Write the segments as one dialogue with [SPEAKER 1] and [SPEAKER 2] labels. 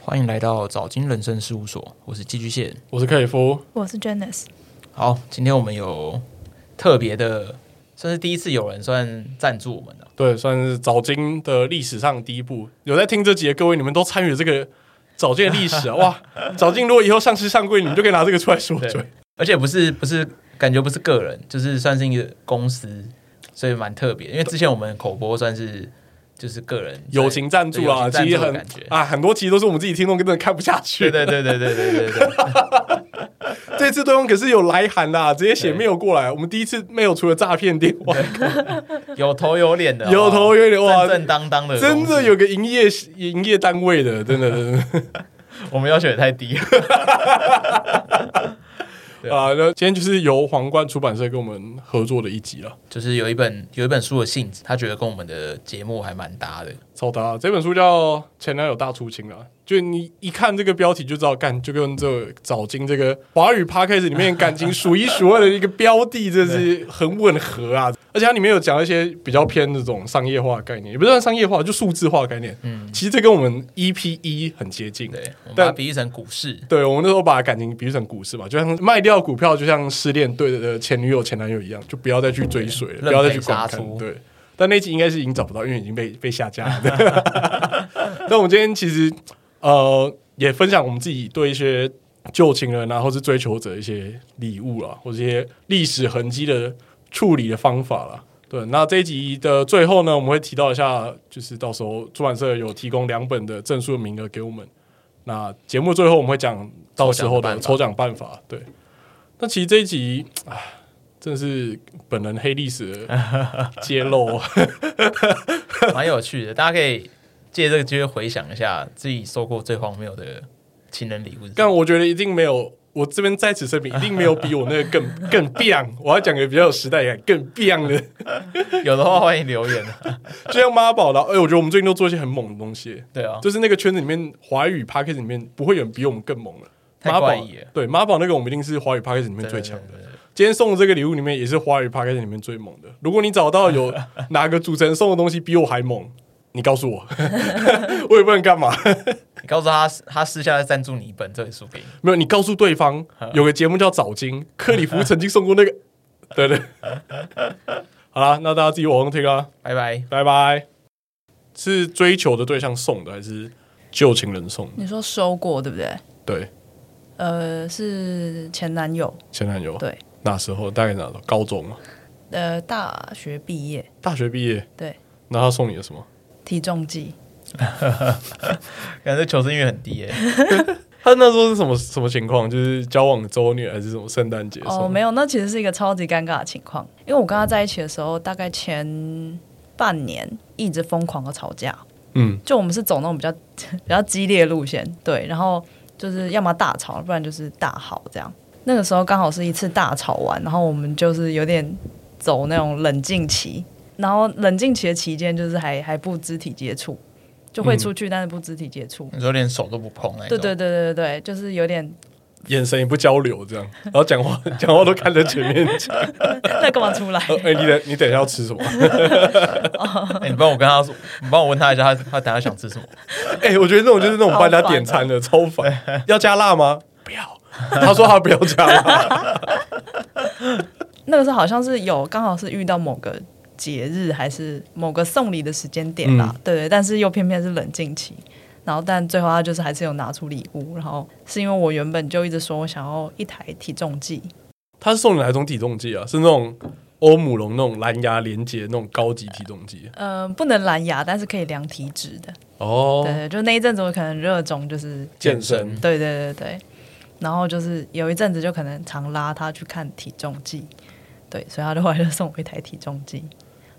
[SPEAKER 1] 欢迎来到早金人生事务所，我是寄居蟹。
[SPEAKER 2] 我是克里夫，
[SPEAKER 3] 我是 Janice，
[SPEAKER 1] 好，今天我们有特别的，算是第一次有人算赞助我们啊了。
[SPEAKER 2] 对，算是早金的历史上第一步。有在听这集的各位，你们都参与了这个早金的 历史啊！哇，早金如果以后上市上柜，你们就可以拿这个出来说嘴。
[SPEAKER 1] 而且不是不是，感觉不是个人，就是算是一个公司，所以蛮特别。因为之前我们口播算是就是个人
[SPEAKER 2] 友情赞助啊，
[SPEAKER 1] 对
[SPEAKER 2] 其
[SPEAKER 1] 友情赞助的
[SPEAKER 2] 实很
[SPEAKER 1] 感觉。
[SPEAKER 2] 啊，很多其实都是我们自己听众根本看不下去。
[SPEAKER 1] 对对对对对对对 对，
[SPEAKER 2] 这次对方可是有来函的、啊，直接写
[SPEAKER 1] 对
[SPEAKER 2] mail 过来。我们第一次 mail 除了诈骗电话，
[SPEAKER 1] 有头有脸的，
[SPEAKER 2] 有头有脸哇
[SPEAKER 1] 正正当哦当的，
[SPEAKER 2] 真的有。个营业营业单位的，真的真的
[SPEAKER 1] 我们要求也太低了，对
[SPEAKER 2] 啊。那今天就是由皇冠出版社跟我们合作的一集了。
[SPEAKER 1] 就是有一本有一本书的性质，他觉得跟我们的节目还蛮搭的。
[SPEAKER 2] 超搭！这本书叫《前男友大出清》啊，就你一看这个标题就知道，干就跟这早金这个华语 podcast 里面感情数一数二的一个标的，这是很吻合啊。而且它里面有讲一些比较偏这种商业化的概念，也不算商业化，就数字化的概念。嗯，其实这跟我们 EP 一很接近。
[SPEAKER 1] 对，我们把它
[SPEAKER 2] 但
[SPEAKER 1] 比喻成股市，
[SPEAKER 2] 对，我们那时候把感情比喻成股市嘛，就像卖掉股票，就像失恋对的前女友、前男友一样，就不要再去追随了，
[SPEAKER 1] 对
[SPEAKER 2] 不要再去
[SPEAKER 1] 任
[SPEAKER 2] 观
[SPEAKER 1] 飞杀出
[SPEAKER 2] 看。对，但那集应该是已经找不到，因为已经被被下架了。对但我们今天其实呃也分享我们自己对一些旧情人啊，或是追求者一些礼物啊，或者一些历史痕迹的处理的方法啦。对，那这一集的最后呢，我们会提到一下，就是到时候出版社有提供两本的证书的名额给我们。那节目最后我们会讲到时候的抽
[SPEAKER 1] 抽
[SPEAKER 2] 奖办法。对，那其实这一集，唉，真的是本人黑历史的揭露。哦
[SPEAKER 1] 蛮有趣的，大家可以借这个机会回想一下自己收过最荒谬的情人礼物是什
[SPEAKER 2] 但
[SPEAKER 1] 么。
[SPEAKER 2] 我觉得一定没有，我这边在此声明，一定没有比我那个更 更 b 我要讲个比较有时代感、更 b 的，
[SPEAKER 1] 有的话欢迎留言。啊
[SPEAKER 2] 就像妈宝的。哎、我觉得我们最近都做一些很猛的东西，
[SPEAKER 1] 对啊，
[SPEAKER 2] 就是那个圈子里面华语 p a c k a g e 里面不会有人比我们更猛了。
[SPEAKER 1] 太
[SPEAKER 2] 妈
[SPEAKER 1] 怪
[SPEAKER 2] 宝
[SPEAKER 1] 异了
[SPEAKER 2] 对妈宝那个，我们一定是华语 p a c k a g e 里面
[SPEAKER 1] 对
[SPEAKER 2] 最强的。
[SPEAKER 1] 对对对
[SPEAKER 2] 今天送的这个礼物里面也是华语 p a c k a g e 里面最猛的。如果你找到有哪个主持人送的东西比我还猛，你告诉我， 我也不能干嘛。
[SPEAKER 1] 你告诉他，他私下再赞助你一本，这本书给你。
[SPEAKER 2] 没有，你告诉对方有个节目叫《早金》， 克里夫曾经送过那个，对 对。好啦，那大家自己往上听啊，
[SPEAKER 1] 拜拜。
[SPEAKER 2] 拜拜。是追求的对象送的，还是旧情人送的？
[SPEAKER 3] 你说收过对不对？
[SPEAKER 2] 对，
[SPEAKER 3] 呃，是前男友，
[SPEAKER 2] 前男友。
[SPEAKER 3] 对，
[SPEAKER 2] 那时候大概哪时候？高中嘛，
[SPEAKER 3] 呃，大学毕业，
[SPEAKER 2] 大学毕业。
[SPEAKER 3] 对，
[SPEAKER 2] 那他送你的什么？
[SPEAKER 3] 体重计，
[SPEAKER 1] 感觉求生欲很低耶、
[SPEAKER 2] 他那时候是什么什么情况？就是交往周年还是什么圣诞节？
[SPEAKER 3] 哦，没有，那其实是一个超级尴尬的情况，因为我跟他在一起的时候，大概前半年一直疯狂的吵架，
[SPEAKER 2] 嗯，
[SPEAKER 3] 就我们是走那种比较 比较激烈的路线，对，然后就是要么大吵，不然就是大好这样。那个时候刚好是一次大吵完，然后我们就是有点走那种冷静期，然后冷静期的期间就是还还不肢体接触，就会出去，但是不肢体接触。
[SPEAKER 1] 你说连手都不碰那种。
[SPEAKER 3] 对对对对对对，就是有点
[SPEAKER 2] 眼神也不交流，这样，然后讲话讲话都看着前面讲。
[SPEAKER 3] 那干嘛出来？
[SPEAKER 2] 呃哎、你等你等一下要吃什么？
[SPEAKER 1] 哎你帮我跟他说，你帮我问他一下，他他等下想吃什么？
[SPEAKER 2] 哎、我觉得那种就是那种帮人家点餐的，超烦。要加辣吗？不要。他说他不要加辣。
[SPEAKER 3] 那个时候好像是有刚好是遇到某个节日还是某个送礼的时间点
[SPEAKER 2] 嗯
[SPEAKER 3] 啦，对对，但是又偏偏是冷静期。然后，但最后他就是还是有拿出礼物，然后是因为我原本就一直说我想要一台体重计，
[SPEAKER 2] 他是送你哪种体重计啊？是那种欧姆龙那种蓝牙连接那种高级体重计
[SPEAKER 3] 呃，不能蓝牙，但是可以量体脂的。
[SPEAKER 2] 哦
[SPEAKER 3] 对，对，就那一阵子我可能热衷就是，
[SPEAKER 2] 健身。
[SPEAKER 3] 对对对对，然后就是有一阵子就可能常拉他去看体重计，对，所以他就后来就送我一台体重计。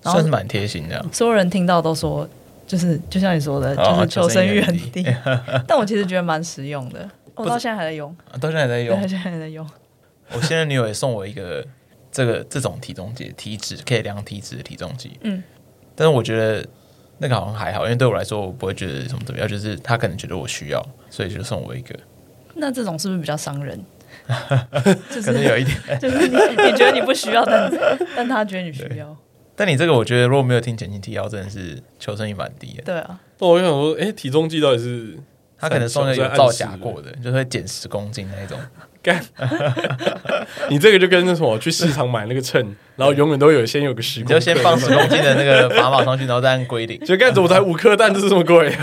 [SPEAKER 3] 然后
[SPEAKER 1] 算是蛮贴心的。
[SPEAKER 3] 所有人听到都说，就是就像你说的，就
[SPEAKER 1] 哦
[SPEAKER 3] 是求生欲很
[SPEAKER 1] 求
[SPEAKER 3] 低。但我其实觉得蛮实用的，哦我到现在还在用，
[SPEAKER 1] 啊到现在还在
[SPEAKER 3] 对，
[SPEAKER 1] 用。
[SPEAKER 3] 现在还在用。
[SPEAKER 1] 我现任女友也送我一个这个这种体重计，体脂可以量体脂的体重计。
[SPEAKER 3] 嗯，
[SPEAKER 1] 但是我觉得那个好像还好，因为对我来说，我不会觉得什么怎么样，就是他可能觉得我需要，所以就送我一个，
[SPEAKER 3] 那这种是不是比较伤人？ 就
[SPEAKER 1] 可能
[SPEAKER 3] 是
[SPEAKER 1] 有一点。
[SPEAKER 3] 就是你你觉得你不需要，但但他觉得你需要，
[SPEAKER 1] 但你这个，我觉得如果没有听前情提要，真的是求生欲蛮低的。
[SPEAKER 3] 对啊。
[SPEAKER 2] 那我就想说，哎、体重计到底是
[SPEAKER 1] 他可能送的有
[SPEAKER 2] 在暗
[SPEAKER 1] 造
[SPEAKER 2] 示
[SPEAKER 1] 假
[SPEAKER 2] 了
[SPEAKER 1] 过的， 就会减十公斤那一种。
[SPEAKER 2] 你这个就跟那什么去市场买那个秤，然后永远都有先有个十
[SPEAKER 1] 你
[SPEAKER 2] 公
[SPEAKER 1] 就
[SPEAKER 2] 克，
[SPEAKER 1] 先放十公斤的那个砝码上去，然后再按归零。
[SPEAKER 2] 就干怎么才五颗蛋，这是这么贵？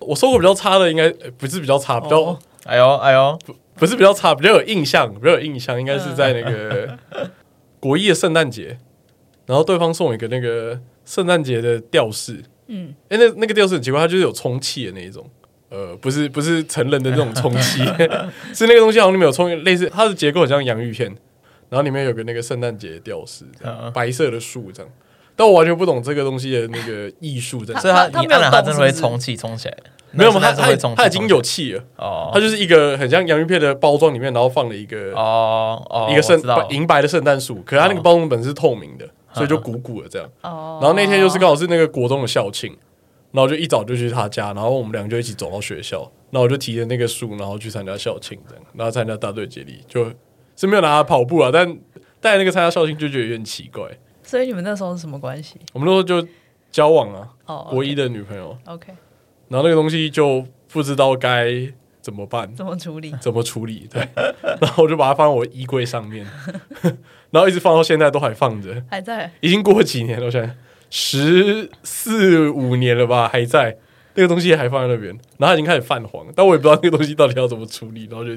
[SPEAKER 2] 我收过比较差的，应该呃不是比较差，比较、
[SPEAKER 3] 哦
[SPEAKER 1] 哎呦哎呦，
[SPEAKER 2] 不是比较差，比较有印象，比较有印象，应该是在那个
[SPEAKER 1] 嗯
[SPEAKER 2] 国一的圣诞节，然后对方送我一个那个圣诞节的吊饰，嗯，哎、那那个吊饰很奇怪，它就是有充气的那一种。呃，不是不是成人的那种充 气，是那个东西好像里面有充，类似它的结构很像洋芋片，然后里面有个那个圣诞节的吊饰，这样
[SPEAKER 1] 嗯嗯
[SPEAKER 2] 白色的树这样。但我完全不懂这个东西的那个艺术在哪，
[SPEAKER 1] 所以
[SPEAKER 3] 他
[SPEAKER 1] 你
[SPEAKER 3] 没
[SPEAKER 1] 按
[SPEAKER 3] 有
[SPEAKER 1] 了它
[SPEAKER 3] 动
[SPEAKER 1] 真的会
[SPEAKER 3] 是不是
[SPEAKER 1] 充气充起来，
[SPEAKER 2] 没有
[SPEAKER 1] 那
[SPEAKER 2] 嘛？
[SPEAKER 1] 个
[SPEAKER 2] 它
[SPEAKER 1] 是会
[SPEAKER 2] 它
[SPEAKER 1] 充气
[SPEAKER 2] 它已经
[SPEAKER 1] 充
[SPEAKER 2] 有气了，
[SPEAKER 1] 起来哦，
[SPEAKER 2] 它就是一个很像洋芋片的包装里面，然后放了一个
[SPEAKER 1] 哦哦，
[SPEAKER 2] 一个
[SPEAKER 1] 我
[SPEAKER 2] 圣
[SPEAKER 1] 知道
[SPEAKER 2] 银白的圣诞树，可是它那个
[SPEAKER 1] 哦嗯
[SPEAKER 2] 包装本是透明的，所以就鼓鼓的这样。
[SPEAKER 3] 哦
[SPEAKER 2] 然后那天就是刚好是那个国中的校庆，然后就一早就去他家，然后我们两个就一起走到学校，然后我就提着那个树，然后去参加校庆这样，然后参加大队接力，就是没有拿它跑步啊，但带那个参加校庆就觉得有点奇怪。
[SPEAKER 3] 所以你们那时候是什么关系？
[SPEAKER 2] 我们那时候就交往啊，
[SPEAKER 3] 哦，
[SPEAKER 2] 国一的女朋友，
[SPEAKER 3] OK，
[SPEAKER 2] 然后那个东西就不知道该怎么办，
[SPEAKER 3] 怎么处理？
[SPEAKER 2] 怎么处理，对， 然后我就把它放到我衣柜上面， 然后一直放到现在都还放着。
[SPEAKER 3] 还在
[SPEAKER 2] 已经过几年了，我想十四五年了吧，还在那个东西还放在那边，然后它已经开始泛黄，但我也不知道那个东西到底要怎么处理，然后就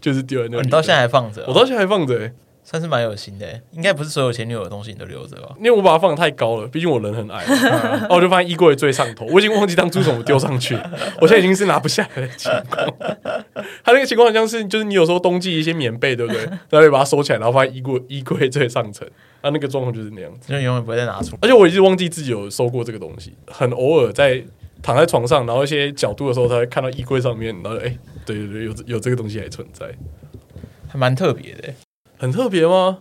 [SPEAKER 2] 就是丢在那
[SPEAKER 1] 哦
[SPEAKER 2] 里。
[SPEAKER 1] 你到现在还放着
[SPEAKER 2] 我
[SPEAKER 1] 哦，
[SPEAKER 2] 到现在还放着、欸，
[SPEAKER 1] 算是蛮有心的欸。应该不是所有前女友的东西你都留着吧？
[SPEAKER 2] 因为我把它放的太高了，毕竟我人 很矮，然后我就放在衣柜最上头。我已经忘记当初怎么丢 上去，我现在已经是拿不下来的情况。它那个情况好像是，就是你有时候冬季一些棉被，对不对？ 然后你把它收起来，然后放在衣柜衣柜最上层，它那个状况就是那样子。
[SPEAKER 1] 就永远不会再拿出。
[SPEAKER 2] 而且我一直忘记自己有收过这个东西，很偶尔在躺在床上，然后一些角度的时候，才会看到衣柜上面，然后哎、对对对，有这有这个东西还存在，
[SPEAKER 1] 还蛮特别的欸。
[SPEAKER 2] 很特别 吗？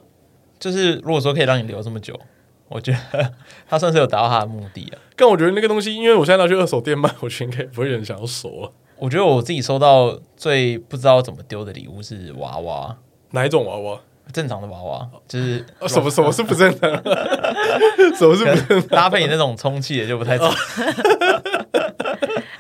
[SPEAKER 1] 就是如果说可以让你留这么久，我觉得他算是有达到他的目的啊。
[SPEAKER 2] 但我觉得那个东西，因为我现在拿去二手店卖，我觉得应该不会有人想要收啊。
[SPEAKER 1] 我觉得我自己收到最不知道怎么丢的礼物是娃娃，
[SPEAKER 2] 哪一种娃娃？
[SPEAKER 1] 正常的娃娃，就是
[SPEAKER 2] 啊、 什么什么是不正常？ 什么是不正？
[SPEAKER 1] 搭配你那种充气的就不 太。
[SPEAKER 2] 哦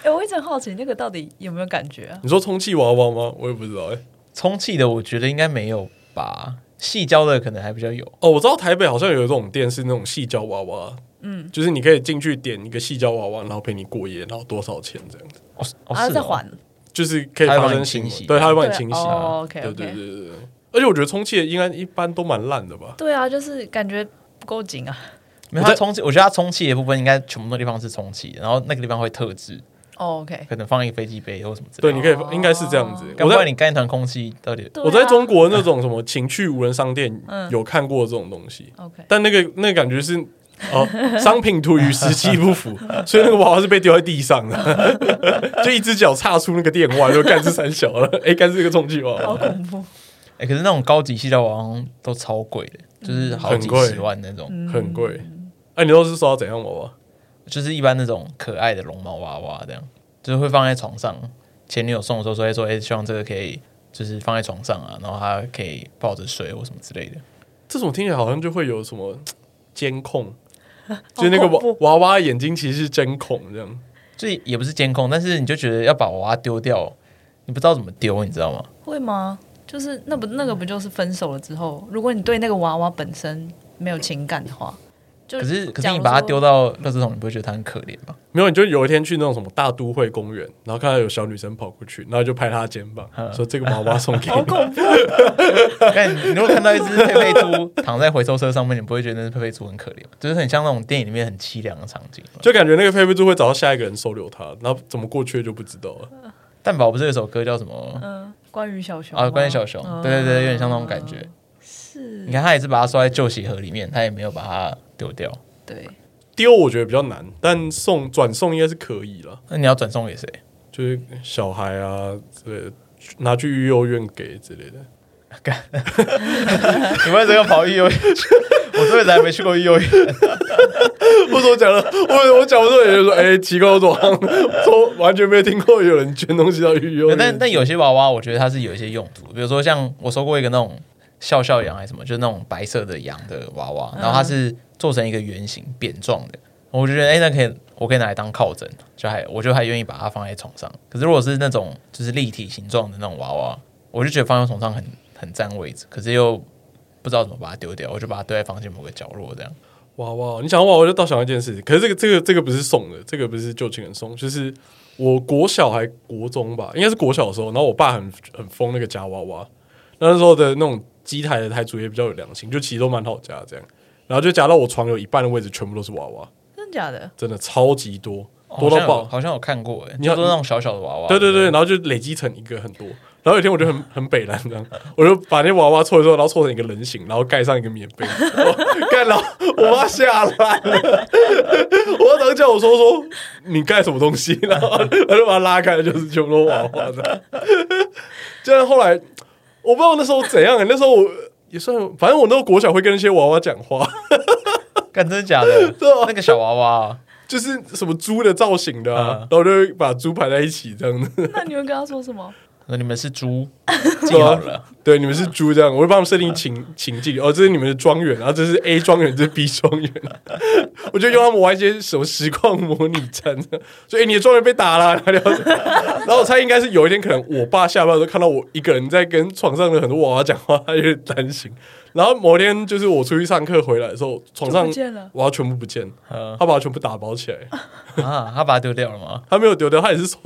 [SPEAKER 3] 哎、我一直很好奇那个到底有没有感觉啊？
[SPEAKER 2] 你说充气娃娃吗？我也不知道哎、
[SPEAKER 1] 充气的我觉得应该没有吧，细胶的可能还比较有。
[SPEAKER 2] 哦，我知道台北好像有一种店是那种细胶娃娃，嗯，就是你可以进去点一个细胶娃娃，然后陪你过夜，然后多少钱这样子，
[SPEAKER 1] 哦，哦
[SPEAKER 3] 啊，
[SPEAKER 1] 是
[SPEAKER 3] 再
[SPEAKER 1] 哦
[SPEAKER 3] 缓
[SPEAKER 2] 就是可以
[SPEAKER 1] 它会
[SPEAKER 2] 发
[SPEAKER 1] 帮你
[SPEAKER 2] 生
[SPEAKER 1] 清
[SPEAKER 2] 性
[SPEAKER 1] 洗啊
[SPEAKER 2] 对，他会帮你
[SPEAKER 3] 对
[SPEAKER 2] 清洗。
[SPEAKER 3] 哦，OK，
[SPEAKER 2] 对
[SPEAKER 3] OK，
[SPEAKER 2] 对对对对，而且我觉得充气的应该一般都蛮烂的吧？
[SPEAKER 3] 对啊，就是感觉不够紧啊。
[SPEAKER 1] 没有
[SPEAKER 2] 我
[SPEAKER 1] 它
[SPEAKER 2] 在
[SPEAKER 1] 充气，我觉得它充气的部分应该全部的地方是充气，然后那个地方会特制，
[SPEAKER 3] 哦 OK，
[SPEAKER 1] 可能放一个飞机杯或什么之类
[SPEAKER 2] 对，
[SPEAKER 1] 的。
[SPEAKER 2] 你可以
[SPEAKER 3] 哦
[SPEAKER 2] 应该是这样子。
[SPEAKER 1] 要不
[SPEAKER 2] 我
[SPEAKER 1] 然
[SPEAKER 2] 在
[SPEAKER 1] 啊你干一团空气到底？
[SPEAKER 3] 对啊
[SPEAKER 2] 我在中国那种什么情趣无人商店
[SPEAKER 1] 嗯
[SPEAKER 2] 有看过这种东西，
[SPEAKER 3] OK，
[SPEAKER 2] 但那个那个感觉是。哦， 商品图与实际 不符，所以那个娃娃是被丢在地上的， 就一只脚踏出那个店外，就干这三小了。 哎、干这个充气娃
[SPEAKER 1] 哦
[SPEAKER 3] 好
[SPEAKER 2] 娃，
[SPEAKER 3] 恐怖，
[SPEAKER 1] 哎、可是那种高级细胶娃娃都超贵的，就是好几
[SPEAKER 2] 很贵
[SPEAKER 1] 十万那种，
[SPEAKER 2] 很贵。哎、你都是收到怎样娃娃？
[SPEAKER 1] 就是一般那种可爱的绒毛娃娃这样，就是会放在床上。前女友送的时候，所以说，哎、希望这个可以就是放在床上啊，然后它可以抱着睡或什么之类的。
[SPEAKER 2] 这种听起来好像就会有什么监 控，就是那个
[SPEAKER 3] 好哦恐
[SPEAKER 2] 娃娃娃眼睛其实是针孔这样。
[SPEAKER 1] 就也不是监控，但是你就觉得要把娃娃丢掉，你不知道怎么丢，你知道吗？
[SPEAKER 3] 会吗？就是那不那个不就是分手了之后，如果你对那个娃娃本身没有情感的话，就
[SPEAKER 1] 可是可是
[SPEAKER 3] 假如
[SPEAKER 1] 你把它
[SPEAKER 3] 说
[SPEAKER 1] 丢到垃圾桶，你不会觉得它很可怜吗？
[SPEAKER 2] 没有，你就有一天去那种什么大都会公园，然后看到有小女生跑过去，然后就拍她的肩 膀，说这个娃娃送给
[SPEAKER 3] 嗯好
[SPEAKER 2] 你。
[SPEAKER 3] 恐怖，
[SPEAKER 1] 但你如果看到一只佩佩猪躺在回收车上面，你不会觉得那只佩佩猪很可怜吗？就是很像那种电影里面很凄凉的场景。
[SPEAKER 2] 就感觉那个佩佩猪会找到下一个人收留她，然后怎么过去就不知道了。
[SPEAKER 1] 蛋宝不是有一首歌叫什么
[SPEAKER 3] 嗯，关于小熊嗯
[SPEAKER 1] 啊？
[SPEAKER 3] 吗
[SPEAKER 1] 关于小熊，对对对，有点像那种感觉。
[SPEAKER 3] 嗯是
[SPEAKER 1] 你，看，他也是把它收在旧鞋盒里面，他也没有把它丢掉。
[SPEAKER 3] 对，
[SPEAKER 2] 丢我觉得比较难，但送转送应该是可以了，
[SPEAKER 1] 那你要转送给谁？
[SPEAKER 2] 就是小孩啊之类的，拿去幼儿园给之类的。
[SPEAKER 1] 你为什么跑育幼儿园？ 我这辈子还没去过育幼儿园。
[SPEAKER 2] 我所讲了，我我讲不出来，就说哎、奇怪，我怎么好像都完全没有听过有人捐东西到幼儿园？
[SPEAKER 1] 但但有些娃娃，我觉得它是有一些用途，比如说像我收过一个那种笑笑羊还是什么，就是那种白色的羊的娃娃，然后它是做成一个圆形扁状的，我就觉得哎、那可以，我可以拿来当靠枕，就还我就还愿意把它放在床上。可是如果是那种就是立体形状的那种娃娃，我就觉得放在床上很很占位置，可是又不知道怎么把它丢掉，我就把它丢在房间某个角落这样。
[SPEAKER 2] 哇哇！你想哇，我就倒想到一件事，可是这个这个这个不是送的，这个不是旧情人送，就是我国小还国中吧，应该是国小的时候，然后我爸很很疯那个夹娃娃，那时候的那种机台的台主也比较有良心，就其实都蛮好夹这样，然后就夹到我床有一半的位置全部都是娃娃，
[SPEAKER 3] 真的假的？
[SPEAKER 2] 真的超级多，
[SPEAKER 1] 好
[SPEAKER 2] 多
[SPEAKER 1] 像
[SPEAKER 2] 到
[SPEAKER 1] 有
[SPEAKER 2] 爆。
[SPEAKER 1] 好像有看过哎、欸，
[SPEAKER 2] 你要
[SPEAKER 1] 就都是那种小小的娃娃。
[SPEAKER 2] 对对
[SPEAKER 1] 不
[SPEAKER 2] 对，然后就累积成一个很多。然后有一天我就很很北蓝这样， 我就把那娃娃凑一凑，然后凑成一个人形，然后盖上一个棉被， 我盖了，我妈吓烂了，我妈早上叫我说说你盖什么东西，然后我就把它拉开，就是全部都娃娃 的。这样后来我不知道那时候怎样、欸那时候我也算，反正我那时候国小会跟那些娃娃讲话，
[SPEAKER 1] 干真的假的？
[SPEAKER 2] 对啊
[SPEAKER 1] 那个小娃娃啊、
[SPEAKER 2] 就是什么猪的造型的、
[SPEAKER 1] 嗯，
[SPEAKER 2] 啊然后就会把猪排在一起这样子。
[SPEAKER 3] 那你会跟他说什么？
[SPEAKER 1] 那你们是 猪，记好了。
[SPEAKER 2] 对，你们是猪这样，我会帮他们设定情 情境。哦，这是你们的庄园，然后这是 A 庄园，这是 B 庄园。 我就用他们玩一些什么实况模拟战，所以、诶你的庄园被打了。然后然后我猜应该是有一天，可能我爸下班的时候看到我一个人在跟床上的很多娃娃讲话，他有点担心。然后某天就是我出去上课回来的时候，床
[SPEAKER 3] 就
[SPEAKER 2] 上
[SPEAKER 3] 不见了
[SPEAKER 2] 娃娃全部不见，
[SPEAKER 1] 嗯
[SPEAKER 2] 他把它全部打包起来，
[SPEAKER 1] 啊，他把它丢掉了吗？
[SPEAKER 2] 他没有丢掉，他也是 收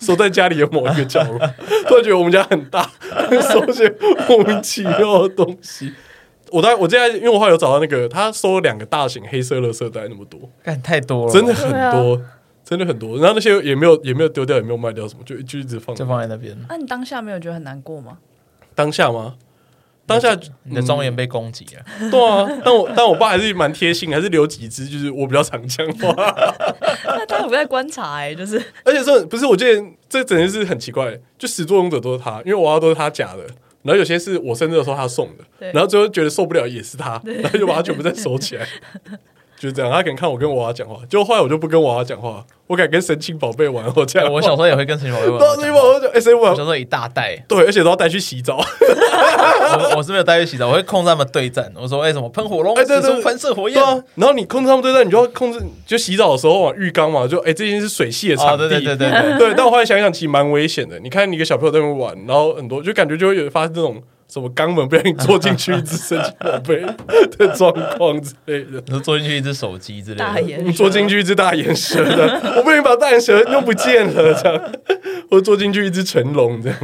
[SPEAKER 2] 收在家里的某一个角落。 突然觉得我们家很大， 收一些莫名其妙的东西。我大概我现在因为我后来有找到那个，他收了两个大型黑色垃圾袋那么多，
[SPEAKER 1] 干太多了，
[SPEAKER 2] 真的很
[SPEAKER 3] 对啊
[SPEAKER 2] 多，真的很多。然后那些也没有也没有丢掉，也没有卖掉什么，就就一直放。
[SPEAKER 1] 就放在那边。
[SPEAKER 2] 嗯
[SPEAKER 3] 啊那、你当下没有觉得很难过吗？
[SPEAKER 2] 当下吗？当下
[SPEAKER 1] 你的庄园被攻击了，
[SPEAKER 2] 对啊，但我但我爸还是蛮贴心，还是留几只，就是我比较常讲话。
[SPEAKER 3] 那他有在观察哎、就是
[SPEAKER 2] 而且这不是，我记得这整件事很奇怪，就始作俑者都是他，因为娃娃都是他假的，然后有些是我生日的时候他送的
[SPEAKER 3] 对，
[SPEAKER 2] 然后最后觉得受不了也是他，然后就把它全部再收起来，就这样。他可能看我跟娃娃讲话，就后来我就不跟娃娃讲话，我改跟神奇宝贝玩，我这
[SPEAKER 1] 哎
[SPEAKER 2] 样。
[SPEAKER 1] 我小时候也会跟神奇宝贝玩
[SPEAKER 2] 然后神奇宝
[SPEAKER 1] 我
[SPEAKER 2] 贝就哎，神奇宝
[SPEAKER 1] 小
[SPEAKER 2] 贝
[SPEAKER 1] 时候一大袋，
[SPEAKER 2] 对，而且都要带去洗澡，
[SPEAKER 1] 我 我是没有带去洗澡，我会控制他们对战。我说，哎、什么喷火龙，
[SPEAKER 2] 哎对
[SPEAKER 1] 使
[SPEAKER 2] 对
[SPEAKER 1] 出喷射火
[SPEAKER 2] 对
[SPEAKER 1] 焰，
[SPEAKER 2] 啊。然后你控制他们对战，你就要控制，就洗澡的时候往浴缸嘛，就哎，这件是水系的场
[SPEAKER 1] 哦，
[SPEAKER 2] 地，
[SPEAKER 1] 对对对对对，
[SPEAKER 2] 对，但我后来想一想，其实蛮危险的。你看，你一个小朋友在那边玩，然后很多就感觉就会有发生这种什么肛门被你坐进去一只神奇宝贝 的状况之类 的。
[SPEAKER 1] 你说坐进去一只手机之类
[SPEAKER 3] 大
[SPEAKER 1] 的，
[SPEAKER 3] 眼
[SPEAKER 2] 你坐进去一只大眼蛇 的，我不小心把大眼蛇弄不见了，这样，或者坐进去一只成龙这样。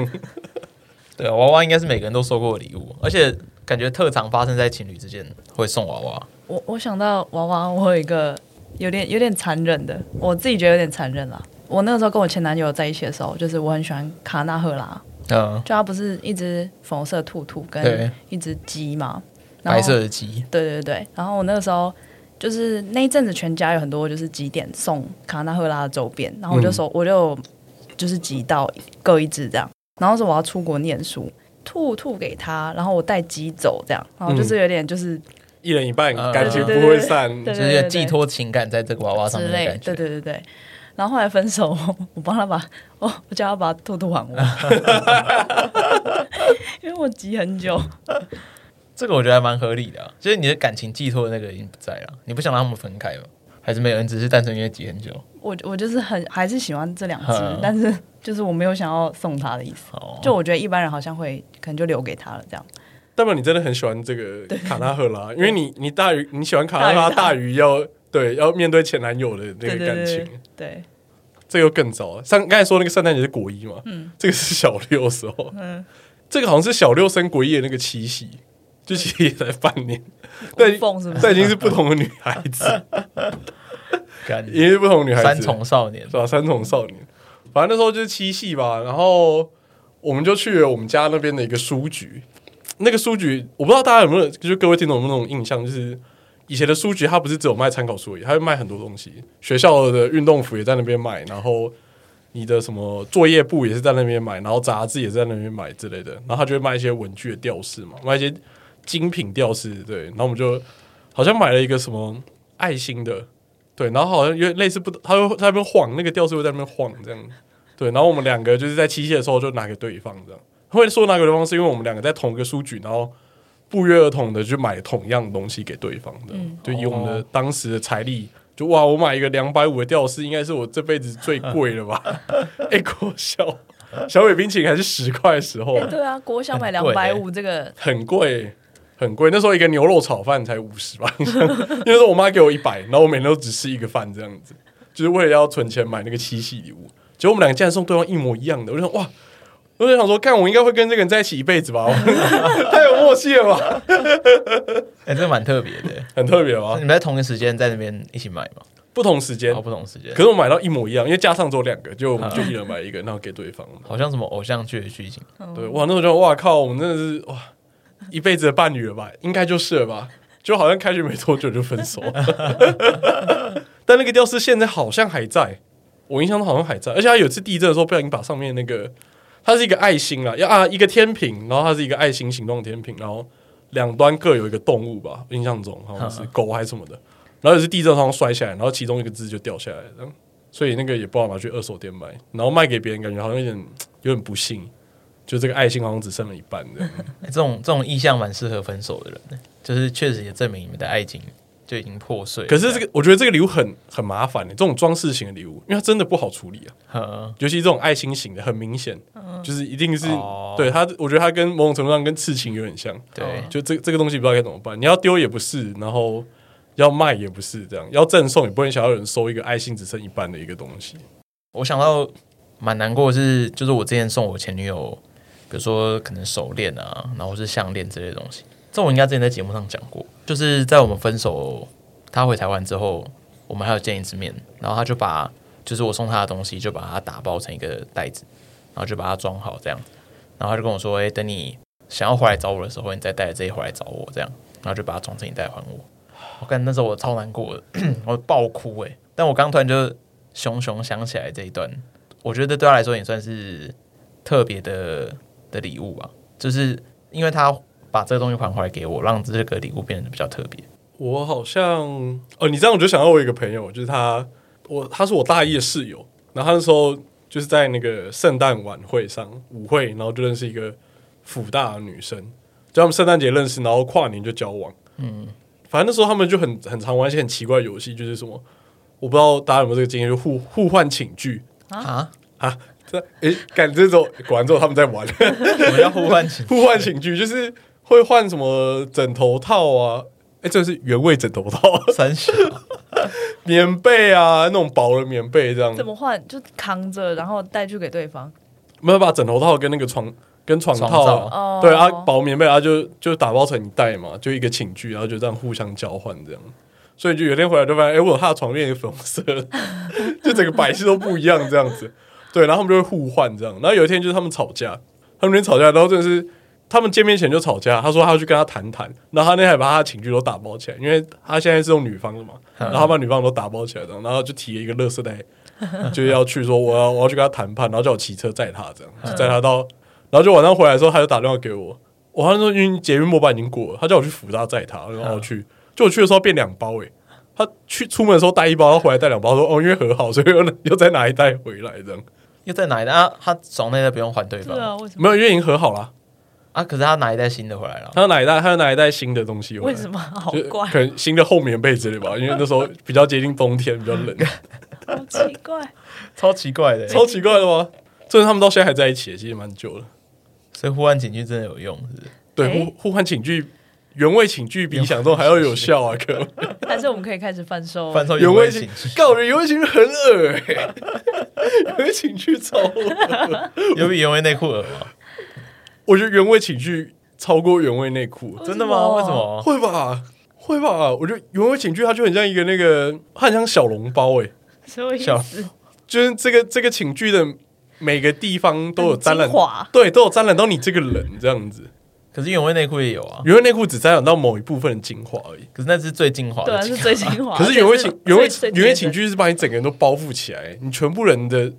[SPEAKER 1] 对啊，娃娃应该是每个人都收过的礼物，而且感觉特常发生在情侣之间会送娃娃。
[SPEAKER 3] 我我想到娃娃，我有一个有点有点残忍的，我自己觉得有点残忍啦。我那个时候跟我前男友在一起的时候，就是我很喜欢卡纳赫拉，
[SPEAKER 1] 嗯，
[SPEAKER 3] 就它不是一只粉红色的兔兔
[SPEAKER 1] 对
[SPEAKER 3] 跟一只鸡嘛，然后
[SPEAKER 1] 白色的鸡，
[SPEAKER 3] 对对对，然后我那个时候就是那一阵子，全家有很多就是集点送卡纳赫拉的周边，然后我就说、我就就是集到各一只这样，然后说我要出国念书，兔兔给他，然后我带鸡走这样，然后就是有点就是、
[SPEAKER 2] 一人一半，
[SPEAKER 1] 嗯
[SPEAKER 2] 感情不会散。
[SPEAKER 3] 对
[SPEAKER 1] 就
[SPEAKER 3] 对对
[SPEAKER 1] 是
[SPEAKER 3] 对
[SPEAKER 1] 寄托情感在这个娃娃上
[SPEAKER 3] 之
[SPEAKER 1] 面的
[SPEAKER 3] 类
[SPEAKER 1] 感
[SPEAKER 3] 的，
[SPEAKER 1] 觉
[SPEAKER 3] 对。对对对。然后后来分手，我帮他把，我我叫他把兔兔还我， 因为我急很久。
[SPEAKER 1] 这个我觉得还蛮合理的、啊，就是你的感情寄托的那个已经不在了，啊你不想让他们分开吗？还是没有？你只是单纯因为挤很久？
[SPEAKER 3] 我我就是很还是喜欢这两只
[SPEAKER 1] 嗯，
[SPEAKER 3] 但是就是我没有想要送他的意思。
[SPEAKER 1] 哦，
[SPEAKER 3] 就我觉得一般人好像会可能就留给他了这样。
[SPEAKER 2] 代表你真的很喜欢这个卡纳赫 拉，因为你你大于你喜欢卡纳赫拉大
[SPEAKER 3] 大
[SPEAKER 2] 于要对要面对前男友的那
[SPEAKER 3] 对
[SPEAKER 2] 个
[SPEAKER 3] 对
[SPEAKER 2] 感
[SPEAKER 3] 对
[SPEAKER 2] 情
[SPEAKER 3] 对。对，
[SPEAKER 2] 这个又更早了。上刚才说那个圣诞节是国一嘛，这个是小六的时候，
[SPEAKER 3] 嗯
[SPEAKER 2] 这个好像是小六升国一的那个七夕，就其实也才半年，但
[SPEAKER 3] 无缝是不是
[SPEAKER 2] 但已经是不同的女孩 子，
[SPEAKER 1] 干
[SPEAKER 2] 已经是不同的女孩子，
[SPEAKER 1] 三重少年
[SPEAKER 2] 是吧？三重少年，反正那时候就是七夕吧，然后我们就去了我们家那边的一个书局，那个书局我不知道大家有没有，就各位听众有没有那种印象，就是。以前的书局，它不是只有卖参考书而已，它会卖很多东西。学校的运动服也在那边卖，然后你的什么作业簿也是在那边买，然后杂志也是在那边买之类的，然后他就会卖一些文具的吊饰嘛，卖一些精品吊饰，对，然后我们就好像买了一个什么爱心的，对，然后好像有点类似不，他会在那边晃，那个吊饰会在那边晃这样，对，然后我们两个就是在七夕的时候就拿给对方这样，会说拿给对方是因为我们两个在同一个书局，然后。不约而同的去买同样的东西给对方的，就以我们的当时的财力就哇，我买一个两百五的吊饰，应该是我这辈子最贵了吧？ 哎、国小小北冰淇淋还是十块的时候，
[SPEAKER 3] 对啊，国小买
[SPEAKER 1] 很
[SPEAKER 3] 两
[SPEAKER 1] 贵
[SPEAKER 3] 百
[SPEAKER 1] 欸
[SPEAKER 3] 五这个
[SPEAKER 2] 很贵，很贵。那时候一个牛肉炒饭才五十吧， 因为那时候我妈给我一百，然后我每天都只吃一个饭这样子，就是为了要存钱买那个七夕礼物。结果我们两个竟然送对方一模一样的，我就想哇，我就想说，看我应该会跟这个人在一起一辈子吧， 太有默契了吧，
[SPEAKER 1] 哎、这蛮特别 的。
[SPEAKER 2] 很特别吧
[SPEAKER 1] 你？们在同一个时间在那边一起买 吗？
[SPEAKER 2] 不同时间
[SPEAKER 1] 然后，不同时间
[SPEAKER 2] 可，是我买到一模一样，因为加上只有两个，就我们就一人买一个，然后给对方。
[SPEAKER 1] 好像什么偶像剧的剧情。啊
[SPEAKER 2] 对，哇，那时候就哇靠，我们真的是哇一辈子的伴侣了吧？应该就是了吧？就好像开学没多久就分手， 但那个吊饰现在好像还在，我印象中好像还在，而且他有一次地震的时候不小心把上面那个，它是一个爱心啦，要啊一个天平，然后它是一个爱心形状天平，然后两端各有一个动物吧，印象中好像是狗还是什么的，然后也是地震好像摔下来，然后其中一个字就掉下来这样。所以那个也不好拿去二手店卖，然后卖给别人，感觉好像有点有点不幸，就这个爱心好像只剩了一半 这样。
[SPEAKER 1] 哎这种这种意向蛮适合分手的人的，就是确实也证明你们的爱情就已经破碎了。
[SPEAKER 2] 可是这个，我觉得这个礼物很很麻烦的、这种装饰型的礼物，因为它真的不好处理啊，
[SPEAKER 1] 呃，
[SPEAKER 2] 尤其这种爱心型的，很明显，就是一定是、
[SPEAKER 1] 嗯哦
[SPEAKER 2] 对它，我觉得它跟某种程度上跟刺青有点像，哦
[SPEAKER 1] 对，
[SPEAKER 2] 就这这个东西不知道该怎么办，你要丢也不是，然后要卖也不是，这样要赠送也不能想要有人收一个爱心只剩一半的一个东西，
[SPEAKER 1] 我想到蛮难过的是，就是我之前送我前女友，比如说可能手链啊，然后是项链之类的东西。这我应该之前在节目上讲过，就是在我们分手，她回台湾之后，我们还有见一次面，然后她就把就是我送她的东西，就把它打包成一个袋子，然后就把它装好这样，然后她就跟我说：“哎、等你想要回来找我的时候，你再带着这一回来找我这样。”然后就把它装成一袋还我。我看那时候我超难过的，我爆哭哎、 但我刚突然就熊熊想起来这一段，我觉得对他来说也算是特别的的礼物吧，就是因为他把这个东西还回来给我，让这个礼物变得比较特别。
[SPEAKER 2] 我好像哦，你这样我就想到我有一个朋友，就是他，我他是我大一的室友，然后他那时候就是在那个圣诞晚会上舞会，然后就认识一个辅大的女生，就他们圣诞节认识，然后跨年就交往。嗯，反正那时候他们就很很常玩一些很奇怪的游戏，就是什么，我不知道大家有没有这个经验，就互互换寝具
[SPEAKER 1] 啊，
[SPEAKER 2] 啊。 这诶，感觉这种果然之后他们在玩，
[SPEAKER 1] 我们要互换情
[SPEAKER 2] 互换寝具就是会换什么枕头套啊。哎，这是原味枕头套，
[SPEAKER 1] 三十，
[SPEAKER 2] 棉被啊，那种薄的棉被这样，
[SPEAKER 3] 怎么换？就扛着，然后带去给对方。
[SPEAKER 2] 没有把枕头套跟那个床跟床
[SPEAKER 1] 床
[SPEAKER 2] 套
[SPEAKER 1] 罩
[SPEAKER 3] 哦
[SPEAKER 2] 对啊，薄棉被啊，就就打包成一袋嘛，就一个寝具，然后就这样互相交换这样。所以就有一天回来就发现，哎、我有他的床垫也粉红色的， 就整个摆饰都不一样这样子。对，然后他们就会互换这样。然后有一天就是他们吵架，他们那天吵架，然后真的是他们见面前就吵架。他说他要去跟他谈谈，然后他那天还把他的寝具都打包起来，因为他现在是用女方的嘛，然后他把女方都打包起来这样，然后就提了一个垃圾袋，就要去说我要我要去跟他谈判，然后叫我骑车载他这样，
[SPEAKER 3] 嗯
[SPEAKER 2] 就载他到，然后就晚上回来的时候，他就打电话给我，我那时候因为捷运末班已经过了，他叫我去辅大载他，然
[SPEAKER 3] 嗯
[SPEAKER 2] 后我去，就我去的时候变两包诶、欸他去出门的时候带一包，然后回来带两包，他说哦因为和好，所以又又再拿一袋回来这样，
[SPEAKER 1] 又再拿一袋啊？他爽那袋不用还对
[SPEAKER 3] 是
[SPEAKER 1] 方
[SPEAKER 3] 啊，为什么？
[SPEAKER 2] 没有因为已经和好了，
[SPEAKER 1] 啊？可是他拿一袋新的回来了，
[SPEAKER 2] 他要拿一袋他要拿一袋新的东西回来，
[SPEAKER 3] 为什么？好
[SPEAKER 2] 就是
[SPEAKER 3] 怪，
[SPEAKER 2] 可能新的厚棉被之类吧，因为那时候比较接近冬天，比较冷，
[SPEAKER 3] 好奇怪。
[SPEAKER 1] 超奇怪的。欸
[SPEAKER 2] 超奇怪的吗？这是他们到现在还在一起，其实蛮久了。
[SPEAKER 1] 所以互换情绪真的有用，是不是？
[SPEAKER 2] 对，
[SPEAKER 3] 诶
[SPEAKER 2] 互互换寝具，原味寝具比想中还要有效啊！可
[SPEAKER 3] 还 是我们可以开始贩售
[SPEAKER 1] 贩售
[SPEAKER 2] 原
[SPEAKER 1] 哦味
[SPEAKER 2] 味
[SPEAKER 1] 情
[SPEAKER 2] 寝
[SPEAKER 1] 绪，，
[SPEAKER 2] 告我觉得原味寝具很恶欸原味寝具超恶，
[SPEAKER 1] 有比原味内裤恶吗？
[SPEAKER 2] 我觉得原味寝具超过原味内裤，
[SPEAKER 1] 真的吗？为
[SPEAKER 3] 为
[SPEAKER 1] 什
[SPEAKER 3] 什么
[SPEAKER 1] 么？
[SPEAKER 2] 会吧？会吧？我觉得原味寝具它就很像一个那个，它很像小笼包诶、
[SPEAKER 3] 什么意
[SPEAKER 1] 小
[SPEAKER 3] 思？
[SPEAKER 2] 就是这个这个寝具的每个地方都有沾染
[SPEAKER 3] 很精华，
[SPEAKER 2] 对，都有沾染到你这个人这样子。
[SPEAKER 1] 可是原味内裤也有啊，
[SPEAKER 2] 原味内裤只沾染到某一部分的精华而已。
[SPEAKER 1] 可是那是最精华
[SPEAKER 3] 对
[SPEAKER 1] 的
[SPEAKER 3] 啊，
[SPEAKER 1] 情
[SPEAKER 3] 是
[SPEAKER 1] 绪。
[SPEAKER 3] 最精 华。
[SPEAKER 2] 可是原味
[SPEAKER 3] 这
[SPEAKER 2] 寝原味
[SPEAKER 3] 最
[SPEAKER 2] 原味
[SPEAKER 3] 最
[SPEAKER 2] 寝具是把你整个人都包覆起来，你全部人的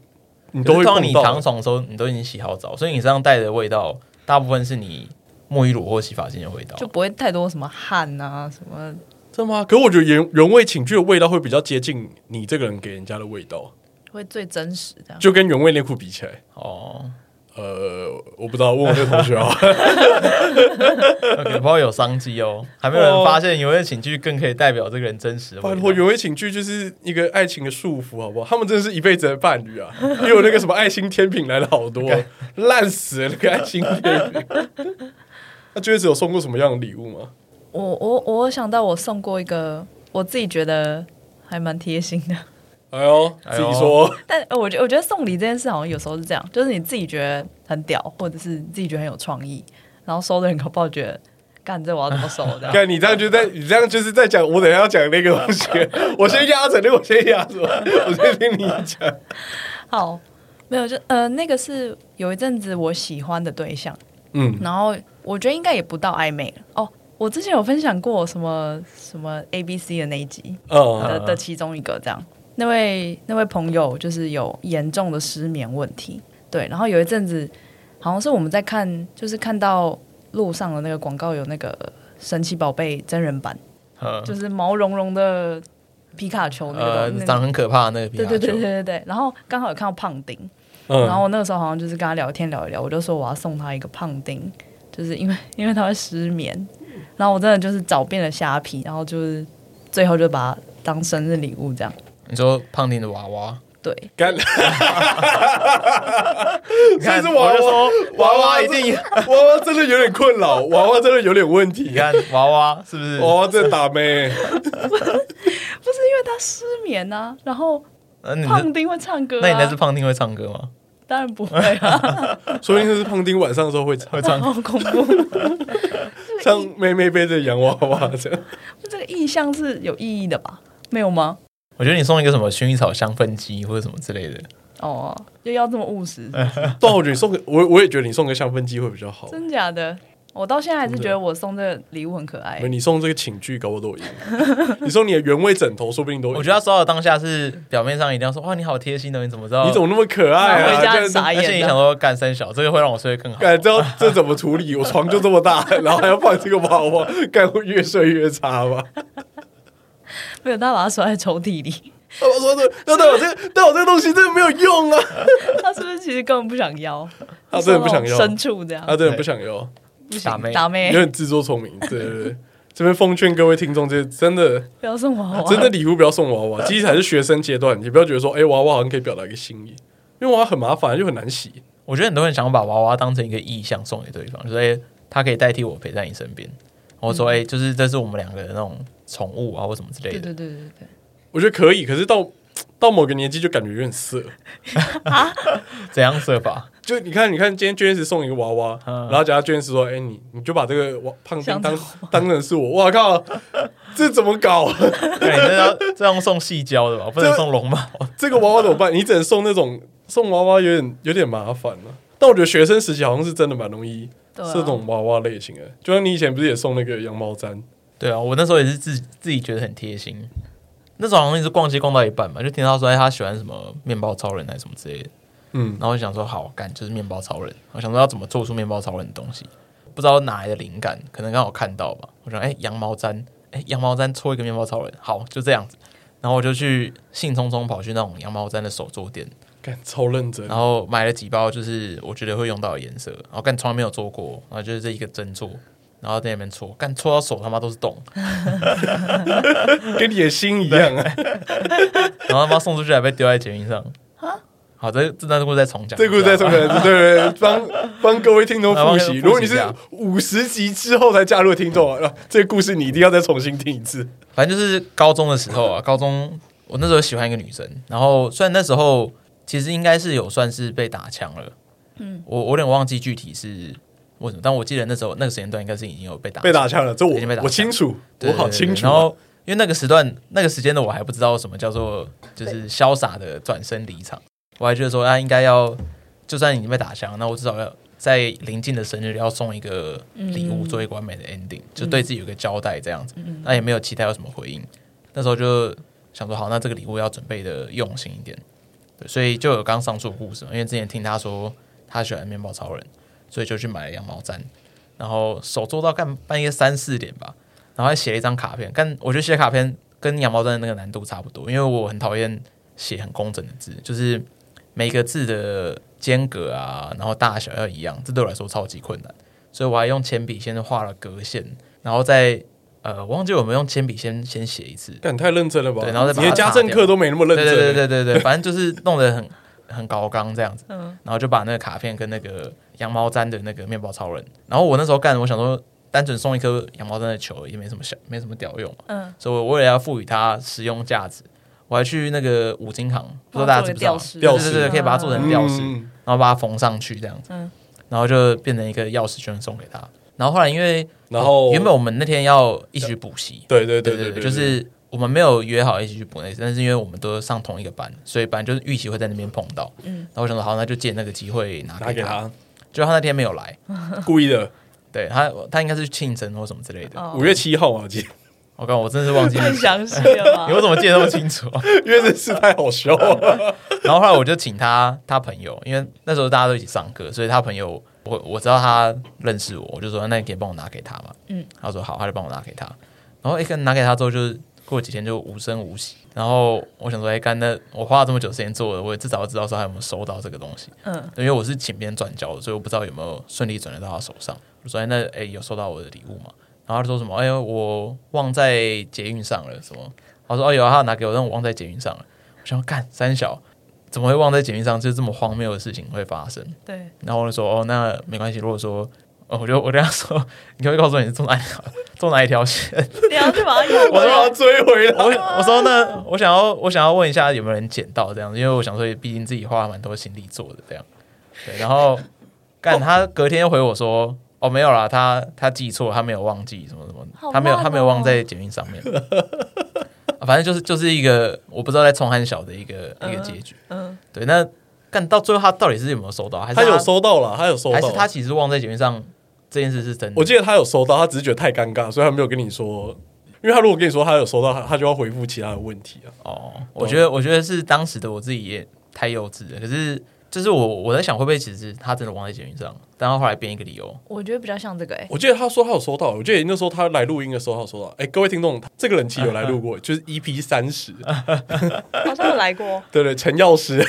[SPEAKER 2] 你都会
[SPEAKER 1] 当
[SPEAKER 2] 碰
[SPEAKER 1] 你躺
[SPEAKER 2] 到。
[SPEAKER 1] 床的时候，你都已经洗好澡，所以你身上带的味道，大部分是你沐浴乳或洗发精的味道。
[SPEAKER 3] 就不会太多什么汗啊，什么
[SPEAKER 2] 真的吗？可是我觉得原原味寝具的味道会比较接近你这个人给人家的味道，
[SPEAKER 3] 会最真实这样。
[SPEAKER 2] 就跟原味内裤比起来，
[SPEAKER 1] 哦，
[SPEAKER 2] 呃，我不知道，问我那个同学啊。
[SPEAKER 1] OK，不过有商机哦，还没有人发现有些情绪更可以代表这个人真实的味
[SPEAKER 2] 拜
[SPEAKER 1] 道。
[SPEAKER 2] 托，原味情剧就是一个爱情的束缚，好不好？他们真的是一辈子的伴侣啊！比我那个什么爱心天平来的好多，烂死了那个爱心天平。 那娟子有送过什么样的礼物吗？
[SPEAKER 3] 我我我想到我送过一个，我自己觉得还蛮贴心的。
[SPEAKER 2] 哎呦，自
[SPEAKER 1] 哎呦
[SPEAKER 2] 己说，
[SPEAKER 3] 但呃我觉我觉得送礼这件事好像有时候是这样，就是你自己觉得很屌，或者是你自己觉得很有创意，然后收的人搞不好觉得，干这我要怎么收 的？
[SPEAKER 2] 看你这样就在，你这样就是在讲我等一下要讲那个东西。 我先压着，那个我先压着，我先听你讲。
[SPEAKER 3] 好，没有就呃那个是有一阵子我喜欢的对象，
[SPEAKER 2] 嗯，
[SPEAKER 3] 然后我觉得应该也不到暧昧了哦。我之前有分享过什么什么 A B C 的那一集
[SPEAKER 1] 嗯
[SPEAKER 2] 哦，
[SPEAKER 3] 的的其中一个这样，那位那位朋友就是有严重的失眠问题，对，然后有一阵子好像是我们在看，就是看到路上的那个广告有那个神奇宝贝真人版，
[SPEAKER 1] 嗯
[SPEAKER 3] 就是毛茸茸的皮卡丘那个
[SPEAKER 1] 呃
[SPEAKER 3] 东西、，
[SPEAKER 1] 长得很可怕的那个皮
[SPEAKER 3] 对
[SPEAKER 1] 卡
[SPEAKER 3] 对
[SPEAKER 1] 丘，
[SPEAKER 3] 对对对对，然后刚好有看到胖丁，
[SPEAKER 2] 嗯
[SPEAKER 3] 然后我那个时候好像就是跟他聊天聊一聊，我就说我要送他一个胖丁，就是因为 因为他会失眠，然后我真的就是找遍了虾皮，然后就是最后就把它当生日礼物这样。
[SPEAKER 1] 你说胖丁的娃娃，
[SPEAKER 3] 对，
[SPEAKER 2] 干，
[SPEAKER 1] 你看
[SPEAKER 2] 这 是娃娃
[SPEAKER 1] 我就说
[SPEAKER 2] 娃
[SPEAKER 1] 娃
[SPEAKER 2] 娃
[SPEAKER 1] 娃一 定，你
[SPEAKER 2] 娃娃真的有点困扰，娃娃真的有点问题。
[SPEAKER 1] 看娃娃是不是？
[SPEAKER 2] 娃娃在打妹，
[SPEAKER 3] 不是因为他失眠啊，然后
[SPEAKER 1] 那你
[SPEAKER 3] 胖
[SPEAKER 1] 那
[SPEAKER 3] 丁会唱歌、啊，
[SPEAKER 1] 那你那只胖丁会唱歌吗？
[SPEAKER 3] 当然不会 啊，
[SPEAKER 2] 说不定这是胖丁晚上的时候会唱
[SPEAKER 1] 会唱
[SPEAKER 3] 好恐怖！
[SPEAKER 2] 像妹妹背着洋娃娃这样。
[SPEAKER 3] 这个意象是有意义的吧？没有吗？
[SPEAKER 1] 我觉得你送一个什么薰衣草香氛机或者什么之类的，
[SPEAKER 3] 哦，又要这么务实，
[SPEAKER 2] 对啊，我觉得你送给我，我也觉得你送个香氛机会比较好。
[SPEAKER 3] 真假的？我到现在还是觉得我送这个礼物很可爱。
[SPEAKER 2] 你送这个寝具，搞我都有赢。你送你的原味枕头，说不定都有赢
[SPEAKER 1] 我觉得他收到当下是表面上一定要说哇你好贴心哦，你怎么知道？
[SPEAKER 2] 你怎么那么可爱
[SPEAKER 3] 那
[SPEAKER 2] 啊？
[SPEAKER 3] 回家
[SPEAKER 2] 这
[SPEAKER 3] 很
[SPEAKER 2] 样子
[SPEAKER 3] 傻
[SPEAKER 1] 而且
[SPEAKER 3] 眼
[SPEAKER 1] 你想
[SPEAKER 3] 的，
[SPEAKER 1] 说干三小，这个会让我睡得更好。
[SPEAKER 2] 干，这要这怎么处理？我床就这么大， 然后还要放这个娃娃，干会越睡越差吧？
[SPEAKER 3] 没有他把它锁在抽 屉里，
[SPEAKER 2] 我说这，那对我这个，对我这个东西真的没有用啊！
[SPEAKER 3] 他是不是其实根本不想要？
[SPEAKER 2] 他真的不想要
[SPEAKER 3] 送到深处这样
[SPEAKER 2] 啊，真的不想要，
[SPEAKER 3] 不
[SPEAKER 1] 打妹
[SPEAKER 3] 行，打妹
[SPEAKER 2] 有点自作聪 明。对对对，这边奉劝各位听众，这真的
[SPEAKER 3] 不要送啊娃娃，
[SPEAKER 2] 真的礼物不要送娃娃，其实还是学生阶段，你不要觉得说，哎、娃娃好像可以表达一个心意，因为娃娃很麻烦，又很难洗。
[SPEAKER 1] 我觉得很多人想把娃娃当成一个意向送给对方，所以他可以代替我陪在你身边。我说，
[SPEAKER 3] 嗯
[SPEAKER 1] 哎、就是这是我们两个的那种宠物啊，或什么之类
[SPEAKER 3] 对
[SPEAKER 1] 的。
[SPEAKER 3] 对对对对，
[SPEAKER 2] 我觉得可以，可是到到某个年纪就感觉有点涩。
[SPEAKER 1] 怎样设法？
[SPEAKER 2] 就你看，你看，今天娟子送一个娃娃，
[SPEAKER 1] 嗯
[SPEAKER 2] 然后假如娟子说：“哎、你你就把这个娃胖丁
[SPEAKER 3] 想
[SPEAKER 2] 当当成是我，哇靠，这怎么搞？
[SPEAKER 1] 对，你这要这样送细胶的吧，不能
[SPEAKER 2] 这
[SPEAKER 1] 送龙猫。
[SPEAKER 2] 这个娃娃怎么办？你只能送那种送娃娃，有点有点麻烦了、但我觉得学生时期好像是真的蛮容易
[SPEAKER 3] 对啊
[SPEAKER 2] 这种娃娃类型的，就像你以前不是也送那个羊毛毡？
[SPEAKER 1] 对啊，我那时候也是自自己觉得很贴心。那时候好像一直逛街逛到一半嘛，就听到说，哎，他喜欢什么面包超人还是什么之类的。
[SPEAKER 2] 嗯，
[SPEAKER 1] 然后我想说，好干就是面包超人。我想说要怎么做出面包超人的东西，不知道哪来的灵感，可能刚好看到吧。我想，哎、羊毛毡，哎、羊毛毡搓一个面包超人，好，就这样子。然后我就去兴冲冲跑去那种羊毛毡的手作店，
[SPEAKER 2] 干超认真
[SPEAKER 1] 然。后买了几包，就是我觉得会用到的颜色，然后干从来没有做过，然后就是这一个针做，然后在那边搓，干搓到手他妈都是洞，
[SPEAKER 2] 跟你的心一样啊！
[SPEAKER 1] 然后他妈送出去还被丢在捷运上。好，这这段故事再重讲一下吧，
[SPEAKER 2] 这故事再送给对对对，帮帮各位听众复习。
[SPEAKER 1] 啊帮各位复习一下
[SPEAKER 2] 如果你是五十集之后才加入的听众啊，这个故事你一定要再重新听一次。
[SPEAKER 1] 反正就是高中的时候啊，高中我那时候喜欢一个女生，然后虽然那时候其实应该是有算是被打枪了，嗯，我我有点忘记具体是为什么，但我记得那时候那个时间段应该是已经有被打
[SPEAKER 2] 被打枪了，这我
[SPEAKER 1] 已经被打枪
[SPEAKER 2] 我清楚，
[SPEAKER 1] 对对
[SPEAKER 2] 我好
[SPEAKER 1] 对
[SPEAKER 2] 清楚啊。
[SPEAKER 1] 然后因为那个时段那个时间的我还不知道什么叫做就是潇洒的转身离场，我还觉得说啊应该要，就算已经被打枪，那我至少要在临近的生日要送一个礼物，做一个完美的 ending，、就对自己有个交代这样子。那也没有期待有什么回应，那时候就想说好，那这个礼物要准备的用心一点。对，所以就有刚上述的故事嘛，因为之前听他说他喜欢面包超人，所以就去买了羊毛毡，然后手做到干半夜三四点吧，然后还写了一张卡片。但我觉得写卡片跟羊毛毡的那个难度差不多，因为我很讨厌写很工整的字，就是每个字的间隔啊，然后大小要一样，这对我来说超级困难，所以我还用铅笔先画了格线，然后再呃，我忘记我们用铅笔先先写一次，
[SPEAKER 2] 干太认真了吧？
[SPEAKER 1] 对然后再把它
[SPEAKER 2] 你的家政课都没那么认真、
[SPEAKER 1] 对对对对对对，反正就是弄得很很高纲这样子，
[SPEAKER 3] 嗯
[SPEAKER 1] 然后就把那个卡片跟那个羊毛毡的那个面包超人，然后我那时候干，我想说单纯送一颗羊毛毡的球也没什么小没什么屌用嘛，
[SPEAKER 3] 嗯，
[SPEAKER 1] 所以我为了要赋予它实用价值，我还去那个五金行，不知道大家知不知道
[SPEAKER 3] 把它哦做，
[SPEAKER 1] 对
[SPEAKER 3] 成
[SPEAKER 2] 吊
[SPEAKER 1] 对
[SPEAKER 2] 饰
[SPEAKER 1] 对，对可以把它做成吊饰，
[SPEAKER 2] 嗯
[SPEAKER 1] 然后把它缝上去这样子，
[SPEAKER 3] 嗯
[SPEAKER 1] 然后就变成一个钥匙圈送给他，然后后来因为
[SPEAKER 2] 然后
[SPEAKER 1] 哦原本我们那天要一起去补习，
[SPEAKER 2] 对对
[SPEAKER 1] 对对，
[SPEAKER 2] 对对，
[SPEAKER 1] 就是我们没有约好一起去补那次，但是因为我们都上同一个班，所以本来就是预期会在那边碰到。嗯，然后我想说好，那就借那个机会拿
[SPEAKER 2] 拿
[SPEAKER 1] 给
[SPEAKER 2] 给
[SPEAKER 1] 他。
[SPEAKER 2] 他，
[SPEAKER 1] 就他那天没有来，
[SPEAKER 2] 故意的。
[SPEAKER 1] 对他他应该是去庆生或什么之类的。
[SPEAKER 3] 哦
[SPEAKER 2] 五月七号啊嘛，记，
[SPEAKER 1] 我刚我真的是忘记，
[SPEAKER 3] 太
[SPEAKER 1] 你
[SPEAKER 3] 详细了吧？
[SPEAKER 1] 为什么记得那么清楚？
[SPEAKER 2] 因为这事太好 笑了。
[SPEAKER 1] 然后后来我就请他他朋友，因为那时候大家都一起上课，所以他朋友我我知道他认识我，我就说那你可以帮我拿给他嘛。
[SPEAKER 3] 嗯，
[SPEAKER 1] 他说好，他就帮我拿给他。然后一个拿给他之后，就是过几天就无声无息。然后我想说，哎，干那我花了这么久时间做的，我也至少要知道说他有没有收到这个东西。
[SPEAKER 3] 嗯，
[SPEAKER 1] 因为我是请别人转交的，所以我不知道有没有顺利转交到他手上。我说，哎，那哎有收到我的礼物吗？然后他就说什么，哎，我忘在捷运上了什么？他说，哦有啊，他拿给我，但我忘在捷运上了。我想说干三小，怎么会忘在简讯上？就是这么荒谬的事情会发生。
[SPEAKER 3] 对，
[SPEAKER 1] 然后我就说，哦，那没关系。如果说，哦、我就我跟他说， 你可不可以告诉我你是中哪一条，中哪一条线？
[SPEAKER 3] 你要去把它用
[SPEAKER 2] 我
[SPEAKER 3] 回
[SPEAKER 2] 就把他。
[SPEAKER 3] 来
[SPEAKER 2] 追回
[SPEAKER 1] 我
[SPEAKER 2] 来。
[SPEAKER 1] 我说那我想要我想要问一下有没有人捡到这样子，因为我想说，毕竟自己花了蛮多心力做的这样。对，然 后
[SPEAKER 2] 哦
[SPEAKER 1] 干他隔天又回我说，哦，没有啦，他他记错，他没有忘记什么什么，
[SPEAKER 3] 好
[SPEAKER 1] 他没有
[SPEAKER 3] 烂哦
[SPEAKER 1] 他没有忘在简讯上面。啊反正就是就是一个我不知道在冲汉小的一个一个结局。
[SPEAKER 3] 嗯，
[SPEAKER 1] 对，那干到最后他到底是有没有收到？还是
[SPEAKER 2] 他有，收到了，他有收
[SPEAKER 1] 还是他
[SPEAKER 2] 到。
[SPEAKER 1] 其实忘在节目上这件事是真的？
[SPEAKER 2] 我记得他有收到，他只是觉得太尴尬，所以他没有跟你说。因为他如果跟你说他有收到，他他就要回复其他的问题啊。
[SPEAKER 1] 哦，我觉得我觉得是当时的我自己也太幼稚了。可是就是我我在想会不会其实他真的忘在节目上，但他后来编一个理由，
[SPEAKER 3] 我觉得比较像这个哎、
[SPEAKER 2] 我记得他说他有收到，我记得那时候他来录音的时候他有收到。哎、各位听众，这个人其实有来 录过，就是 EP 三十，
[SPEAKER 3] 好像有来过。
[SPEAKER 2] 对对，陈药师，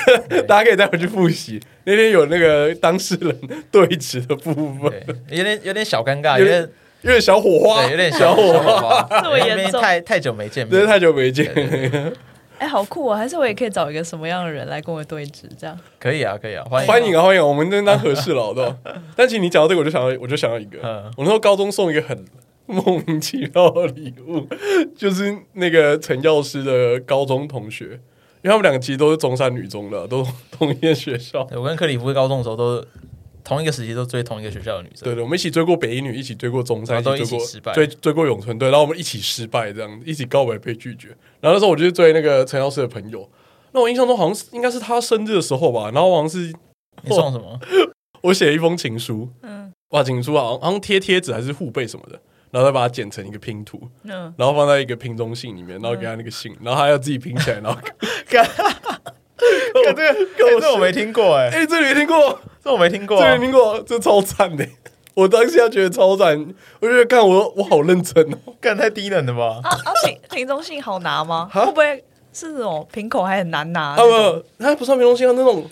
[SPEAKER 2] 大家可以再回去复习。那天有那个当事人对峙的部分，
[SPEAKER 1] 对，有点有点小尴尬，
[SPEAKER 2] 有
[SPEAKER 1] 有
[SPEAKER 2] 点
[SPEAKER 1] 点
[SPEAKER 2] 因为小火花
[SPEAKER 1] 对，，有点小火花，
[SPEAKER 3] 这么
[SPEAKER 1] 因为
[SPEAKER 3] 严重
[SPEAKER 1] 太太久没见
[SPEAKER 2] 真
[SPEAKER 1] 面
[SPEAKER 2] 的，太久没见。
[SPEAKER 1] 对对
[SPEAKER 3] 哎、好酷啊！还是我也可以找一个什么样的人来跟我对峙，这样
[SPEAKER 1] 可以啊，可以啊，欢迎
[SPEAKER 2] 欢迎啊，欢迎啊！我们真当合适了，好不好？但其实你讲到这个，我就想到，我就想到一个，
[SPEAKER 1] 嗯
[SPEAKER 2] 我那时候高中送一个很莫名其妙的礼物， 就是那个陈药师的高中同学，因为他们两个其实都是中山女中的，都同一间学校。
[SPEAKER 1] 对我跟克里夫高中的时候都同一个时期都追同一个学校的女生
[SPEAKER 2] 对，对，我们一起追过北一女，一起追过中山，
[SPEAKER 1] 然后都
[SPEAKER 2] 追
[SPEAKER 1] 一
[SPEAKER 2] 过
[SPEAKER 1] 起失败
[SPEAKER 2] 追追过永春，对，然后我们一起失败，这样一起告白被拒绝。然后那时候我就是追那个陈药师的朋友，那我印象中好像是应该是他生日的时候吧，然后好像是
[SPEAKER 1] 你送什 么？
[SPEAKER 2] 我写了一封情书，
[SPEAKER 3] 嗯
[SPEAKER 2] 哇，情书啊，好像好像贴贴纸还是护背什么的，然后再把它剪成一个拼图，
[SPEAKER 3] 嗯，
[SPEAKER 2] 然后放在一个拼中信里面，然后给他那个信，然后他要自己拼起来，然后
[SPEAKER 1] 这个这我没听过哎
[SPEAKER 2] 哎、这里有听过，
[SPEAKER 1] 这我没听过
[SPEAKER 2] 这
[SPEAKER 1] 啊、
[SPEAKER 2] 里有听过，这超赞的。我当下觉得超赞，我觉得看我我好认真哦，
[SPEAKER 1] 干太低能了吧？
[SPEAKER 3] 啊啊，瓶瓶中信好拿吗？会不会是那种瓶口还很难拿？
[SPEAKER 2] 啊不，它不算拼中信，它那种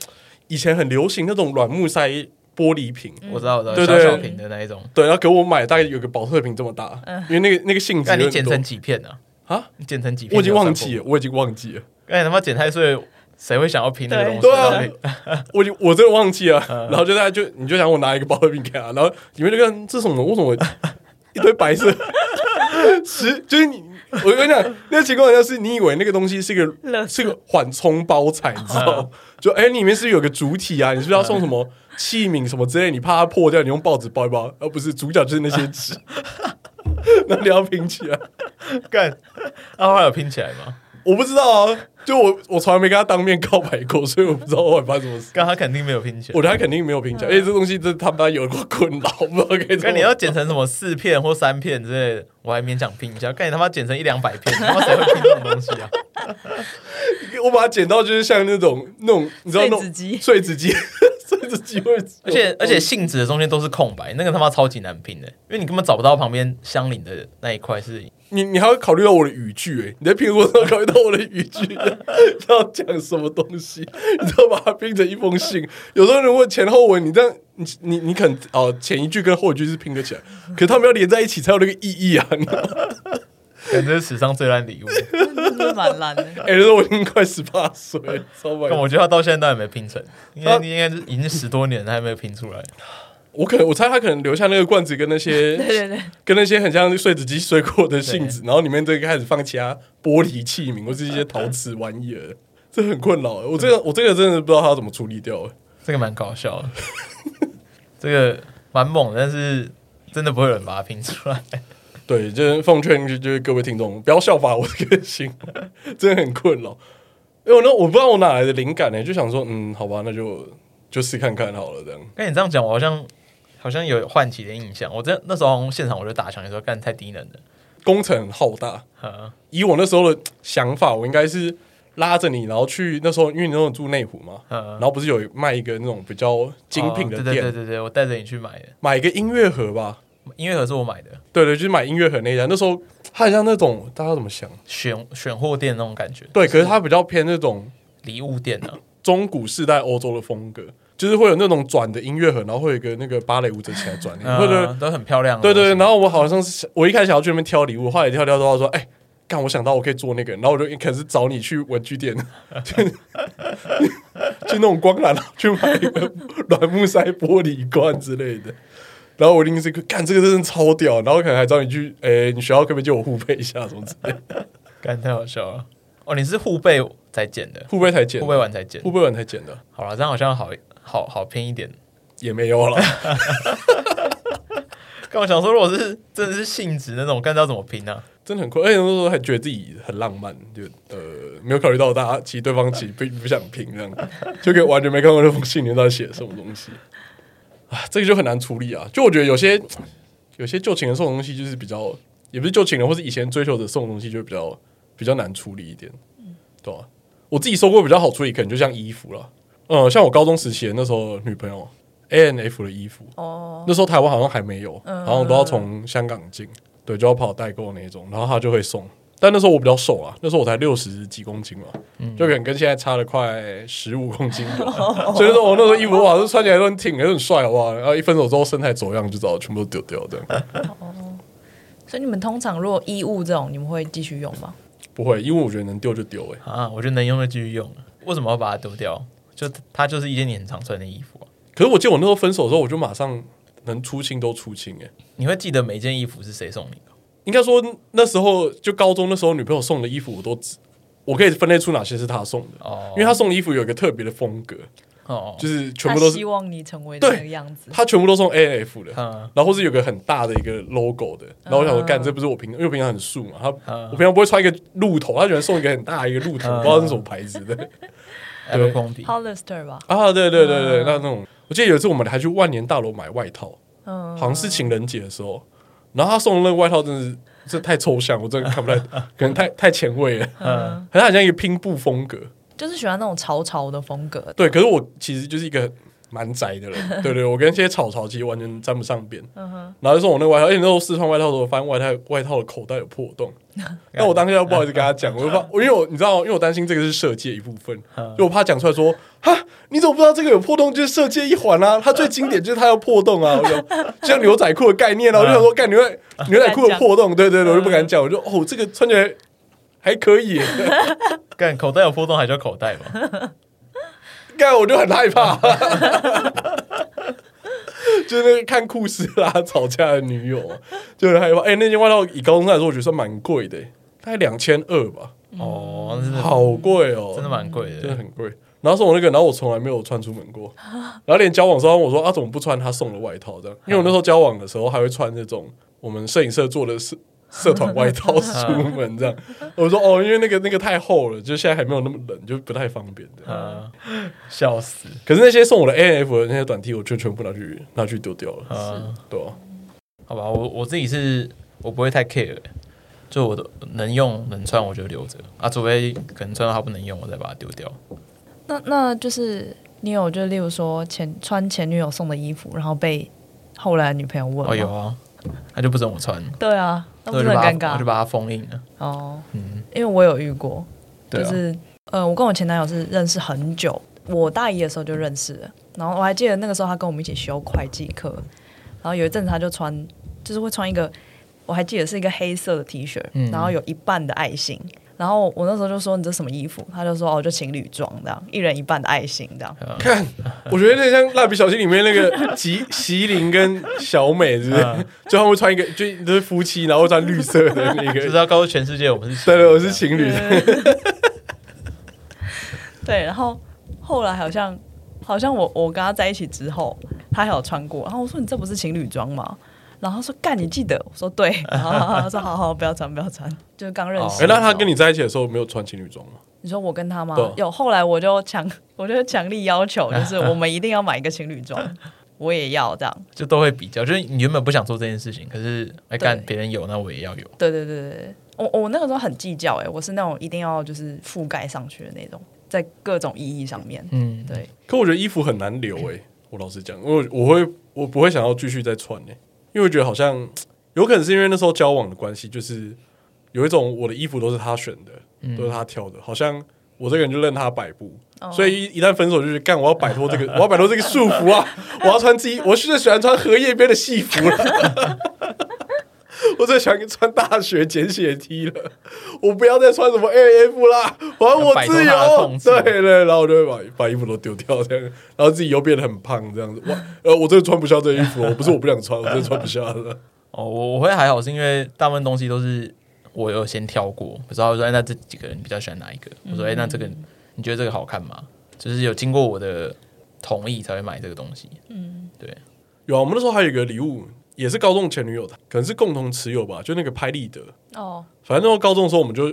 [SPEAKER 2] 以前很流行那种软木塞玻璃瓶，
[SPEAKER 1] 我知道，我知道，
[SPEAKER 2] 对
[SPEAKER 1] 小
[SPEAKER 2] 对
[SPEAKER 1] 小瓶的那一种。
[SPEAKER 2] 对，然后给我买大概有个保特瓶这么大，因为那个那个性质
[SPEAKER 1] 那嗯你
[SPEAKER 2] 有点
[SPEAKER 1] 剪
[SPEAKER 2] 多
[SPEAKER 1] 成几片呢、
[SPEAKER 2] 啊，
[SPEAKER 1] 你剪成几片？
[SPEAKER 2] 我已经忘记
[SPEAKER 1] 了。
[SPEAKER 2] 了，我已经忘记了。
[SPEAKER 1] 哎，他妈剪太碎，谁会想要拼那个东西？
[SPEAKER 2] 对啊我就我真的忘记了，然后就大家就你就想我拿一个包的饼给他，然后里面就跟这是什么？为什么一堆白色？十就是你，我跟你讲，那情况下是你以为那个东西是一
[SPEAKER 3] 垃
[SPEAKER 2] 个
[SPEAKER 3] 圾
[SPEAKER 2] 是个缓冲包材，你知道吗？就哎、里面是不是有个主体啊，你是不是要送什么器皿什么之类？你怕它破掉，你用报纸包一包，而不是主角就是那些纸，那你要拼起来。
[SPEAKER 1] 干，那后来有拼起来吗？
[SPEAKER 2] 我不知道啊，就我我从来没跟他当面告白过，所以我不知道后来发生什么事。
[SPEAKER 1] 干，他肯定没有拼起来
[SPEAKER 2] 我。觉得他肯定没有
[SPEAKER 3] 嗯
[SPEAKER 2] 评价，而且这东西真的他妈有过困扰，不知道该怎么。
[SPEAKER 1] 干，你要剪成什么四片或三片之类的，我还勉强拼一下。干，你他妈剪成一两百 片，他妈谁会拼这种东西啊？
[SPEAKER 2] 我把它剪到就是像那种那种你知道那
[SPEAKER 3] 碎纸
[SPEAKER 2] 种
[SPEAKER 3] 机
[SPEAKER 2] 碎纸机 碎这机会，
[SPEAKER 1] 而且而且性质的中间都是空白，那个他妈超级难拼的，因为你根本找不到旁边相邻的那一块是
[SPEAKER 2] 你你还要考虑到我的语句、欸，你在评估上考虑到我的语句 要讲什么东西，你知道把它拼成一封信。有时候人问前后文，你这样你你你肯哦、前一句跟后一句是拼得起来，可他们要连在一起才有那个意义啊。你知道吗
[SPEAKER 1] 感觉是史上最烂 礼物。
[SPEAKER 3] 真的蛮烂的。
[SPEAKER 2] 哎、那时候我已经快十八岁，超白
[SPEAKER 1] 但我觉得他到现在都还没拼成，应该
[SPEAKER 2] 他
[SPEAKER 1] 应该是已经十多年了还没有拼出来。
[SPEAKER 2] 我可能我猜他可能留下那个罐子跟那些
[SPEAKER 3] 对对对，
[SPEAKER 2] 跟那些很像碎纸机碎过的信纸，然后里面再开始放其他玻璃器皿或是一些陶瓷玩意儿，这很困扰。我这个
[SPEAKER 3] 嗯
[SPEAKER 2] 我这个真的不知道他要怎么处理掉。
[SPEAKER 1] 这个蛮搞笑的， 这个蛮猛的，但是真的不会有人把它拼出来。
[SPEAKER 2] 对，就是奉劝就就是各位听众不要效法我的个性，真的很困扰。因为我那我不知道我哪来的灵感呢、就想说，嗯，好吧，那就就试看看好了，这样。
[SPEAKER 1] 跟你这样讲，我好像好像有唤起的印象。我真那时候好像现场我就打枪，说干太低能了。
[SPEAKER 2] 工程很浩大，
[SPEAKER 1] 啊，
[SPEAKER 2] 以我那时候的想法，我应该是拉着你，然后去那时候，因为你那时候住内湖嘛，
[SPEAKER 1] 嗯
[SPEAKER 2] 然后不是有卖一个那种比较精品的
[SPEAKER 1] 哦
[SPEAKER 2] 店，
[SPEAKER 1] 对对对对对，我带着你去买的，
[SPEAKER 2] 买一个音乐盒吧。
[SPEAKER 1] 音乐盒是我买的，
[SPEAKER 2] 对对，就是买音乐盒那一家。那时候它很像那种大家怎么想？
[SPEAKER 1] 选选货店那种感觉，
[SPEAKER 2] 对，可是它比较偏那种
[SPEAKER 1] 礼物店啊呢、
[SPEAKER 2] 中古世代欧洲的风格，就是会有那种转的音乐盒，然后会有一个那个芭蕾舞者起来转，
[SPEAKER 1] 啊，
[SPEAKER 2] 或者
[SPEAKER 1] 嗯都很漂亮的
[SPEAKER 2] 对
[SPEAKER 1] 东西。
[SPEAKER 2] 对对。然后我好像哦是我一开始想要去那边挑礼物，后来挑挑挑说，哎、干，我想到我可以做那个，然后我就开始找你去文具店， 去去那种光缆去买一个软木塞玻璃罐之类的。然后我临时干这个真的超屌，然后可能还找你去，哎、你学校可不可以借我互配一下什么之类的，
[SPEAKER 1] 干太好笑了。哦，你是互背才剪的，
[SPEAKER 2] 互配才捡，
[SPEAKER 1] 互背完才剪
[SPEAKER 2] 互。配完才捡的，
[SPEAKER 1] 好了，这样好像好好好拼一点。
[SPEAKER 2] 也没有了。
[SPEAKER 1] 但我想说，如果是真的是性质那种，干知道怎么拼啊呢、
[SPEAKER 2] 真的很困，而且那时候还觉得自己很浪漫，就呃没有考虑到大家其实对方其实不不想拼这样， 就跟完全没看过那封信里面到底写什么东西啊，这个就很难处理啊。就我觉得有些有些旧情人送的东西就是比较，也不是旧情人，或是以前追求者送的东西就比较比较难处理一点，对吧、我自己收过比较好处理，可能就像衣服啦，嗯，像我高中时期的那时候女朋友 A N F 的衣服，
[SPEAKER 3] 哦，
[SPEAKER 2] 那时候台湾好像还没有，然后都要从香港进，对，就要跑代购那种，然后他就会送。但那时候我比较瘦啊，那时候我才六十几公斤嘛，就可能跟现在差了快十五公斤有，所以那时候我那时候衣服哇，就穿起来都很挺，也很帅，好不好？然后一分手之后身材走样，就知道全部都丢掉，这样
[SPEAKER 3] 所以你们通常如果衣物这种，你们会继续用吗？
[SPEAKER 2] 不会，因为我觉得能丢就丢、欸，
[SPEAKER 1] 啊？啊，我觉得能用就继续用。为什么要把它丢掉？就它就是一件你很常穿的衣服啊、
[SPEAKER 2] 可是我记得我那时候分手之后，我就马上能出清都出清、欸，
[SPEAKER 1] 你会记得每件衣服是谁送你的。
[SPEAKER 2] 应该说那时候就高中那时候女朋友送的衣服，我都只我可以分类出哪些是她送的，
[SPEAKER 1] 哦
[SPEAKER 2] 因为她送的衣服有一个特别的风格，
[SPEAKER 1] 哦，
[SPEAKER 2] 就是全
[SPEAKER 3] 他
[SPEAKER 2] 部都
[SPEAKER 3] 希
[SPEAKER 2] 是
[SPEAKER 3] 望你成为那个
[SPEAKER 2] 对
[SPEAKER 3] 样子。
[SPEAKER 2] 他全部都送 A F 的，
[SPEAKER 1] 嗯
[SPEAKER 2] 然后是有个很大的一个 logo 的，然后我想说
[SPEAKER 3] 嗯
[SPEAKER 2] 干这不是我平因为我平常很素嘛，他
[SPEAKER 1] 嗯
[SPEAKER 2] 我平常不会穿一个鹿头，他喜欢送一个很大的一个鹿头，
[SPEAKER 1] 嗯
[SPEAKER 2] 不知道是什么牌子 的对
[SPEAKER 1] Abercrombie
[SPEAKER 3] Hollister 吧，
[SPEAKER 2] 啊，对对对对，那那种我记得有一次我们还去万年大楼买外套，
[SPEAKER 3] 嗯，
[SPEAKER 2] 好像是情人节的时候，然后他送的那个外套真的是这太抽象，我真的看 不太，可能太太前卫了，
[SPEAKER 1] 嗯，
[SPEAKER 2] 很像像一个拼布风格，
[SPEAKER 3] 就是喜欢那种潮潮的风格。
[SPEAKER 2] 对，可是我其实就是一个蛮宅的人，对对，我跟这些草草其实完全沾不上边。然后就送我那个外套，而且那时候试穿外套的时候，发现外套外套的口袋有破洞。那我当下不好意思跟他讲，我就怕，我因为我你知道，因为我担心这个是设计的一部分，就我怕讲出来说，哈，你怎么不知道这个有破洞？就是设计的一环啊，它最经典就是它要破洞啊，我就就像牛仔裤的概念啊，我就想说，干牛仔牛仔裤的破洞，对对对，我就不敢讲，我就哦，这个穿起来还可以耶，
[SPEAKER 1] 干口袋有破洞还叫口袋吗？
[SPEAKER 2] 干我就很害怕， 就是那个看库斯拉吵架的女友，就很害怕。哎、那件外套以高中生来说，我觉得算蛮贵的、欸大概两千二吧，
[SPEAKER 1] 哦，真的
[SPEAKER 2] 嗯好贵哦、
[SPEAKER 1] 真的蛮贵
[SPEAKER 2] 真的
[SPEAKER 1] 的。
[SPEAKER 2] 很贵。然后送我那个，然后我从来没有穿出门过，然后连交往的时候我说啊，怎么不穿他送的外套这样？因为我那时候交往的时候还会穿那种我们摄影社做的社社团外套出门这样。我说哦，因为那个那个太厚了，就现在还没有那么冷，就不太方便这样
[SPEAKER 1] 嗯，笑死。
[SPEAKER 2] 可是那些送我的 A F 的那些短 T，我就全部拿去拿去丢掉了，
[SPEAKER 1] 嗯，
[SPEAKER 2] 对啊吧、
[SPEAKER 1] 好吧，我我自己是我不会太 care，就欸我的能用能穿我就留着啊，除非可能穿到它不能用，我再把它丢掉。
[SPEAKER 3] 那那就是你有就例如说前穿前女友送的衣服，然后被后来的女朋友问吗？
[SPEAKER 2] 哎
[SPEAKER 1] 哦，有啊，他就不准我穿，
[SPEAKER 3] 对啊，那不
[SPEAKER 1] 所以
[SPEAKER 3] 是
[SPEAKER 1] 我
[SPEAKER 3] 很
[SPEAKER 1] 就把
[SPEAKER 3] 尴
[SPEAKER 1] 它我就
[SPEAKER 3] 尬
[SPEAKER 1] 把它封印了。
[SPEAKER 3] 哦？
[SPEAKER 1] 嗯，
[SPEAKER 3] 因为我有遇过，
[SPEAKER 1] 对
[SPEAKER 3] 就
[SPEAKER 1] 啊，
[SPEAKER 3] 是呃，我跟我前男友是认识很久，我大一的时候就认识了，然后我还记得那个时候他跟我们一起修会计课，然后有一阵子他就穿，就是会穿一个，我还记得是一个黑色的 T 恤，
[SPEAKER 1] 嗯
[SPEAKER 3] 然后有一半的爱心。然后我那时候就说你这什么衣服？他就说哦，就情侣装这样，一人一半的爱心这样。
[SPEAKER 2] 看，我觉得有点像《蜡笔小新》里面那个吉 席琳跟小美，是不是？就他们会穿一个，就都是夫妻，然后穿绿色的那
[SPEAKER 1] 就是
[SPEAKER 2] 个。
[SPEAKER 1] 要告诉全世界我们是
[SPEAKER 2] 对对，我是
[SPEAKER 1] 情
[SPEAKER 2] 情侣。
[SPEAKER 3] 对，然后后来好像好像我我跟他在一起之后，他还有穿过，然后我说你这不是情侣装吗？然后他说干，你记得？我说对，然后他说好好，不要穿，不要穿，就是刚认识。
[SPEAKER 2] 哎，那他跟你在一起的时候没有穿情侣装吗？
[SPEAKER 3] 你说我跟他吗
[SPEAKER 2] 对？
[SPEAKER 3] 有，后来我就强，我就强力要求， 就是我们一定要买一个情侣装，我也要这样。
[SPEAKER 1] 侣，就都会比较，就是你原本不想做这件事情，可是哎干
[SPEAKER 3] 对
[SPEAKER 1] 别人有，那我也要有。
[SPEAKER 3] 对对对对对，我我那个时候很计较、哎，我是那种一定要就是覆盖上去的那种，在各种意义上面。
[SPEAKER 1] 嗯，
[SPEAKER 3] 对，
[SPEAKER 2] 可我觉得衣服很难留诶、我老实讲，我我会我不会想要继续再穿诶、哎因为我觉得好像有可能是因为那时候交往的关系，就是有一种我的衣服都是他选的，
[SPEAKER 1] 嗯
[SPEAKER 2] 都是他挑的，好像我这个人就任他摆布。
[SPEAKER 3] 哦
[SPEAKER 2] 所以一一旦分手就是干，我要摆脱这个， 我要摆脱这个束缚啊！我要穿自己，我是最喜欢穿荷叶边的戏服了， 我最喜欢穿大学简写 T 了，我不要再穿什么 A F 啦，我要我自
[SPEAKER 1] 要摆脱他的控
[SPEAKER 2] 由。
[SPEAKER 1] 制
[SPEAKER 2] 对对，然后我就会把把衣服都丢掉，这样，然后自己又变得很胖，这样子。我呃，我真的穿不下这衣服，我不是我不想穿，我真的穿不下了。
[SPEAKER 1] 哦，我我会还好，是因为大部分东西都是我有先挑过，比如说他说哎那这几个人比较喜欢哪一个，
[SPEAKER 3] 嗯
[SPEAKER 1] 我说哎那这个你觉得这个好看吗？就是有经过我的同意才会买这个东西。嗯，对，
[SPEAKER 2] 有啊，我们那时候还有一个礼物，也是高中前女友的，可能是共同持有吧，就那个拍立得。
[SPEAKER 3] 哦，
[SPEAKER 2] 反正那时候高中的时候，我们就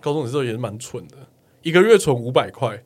[SPEAKER 2] 高中的时候也是蛮蠢的，一个月存五百块，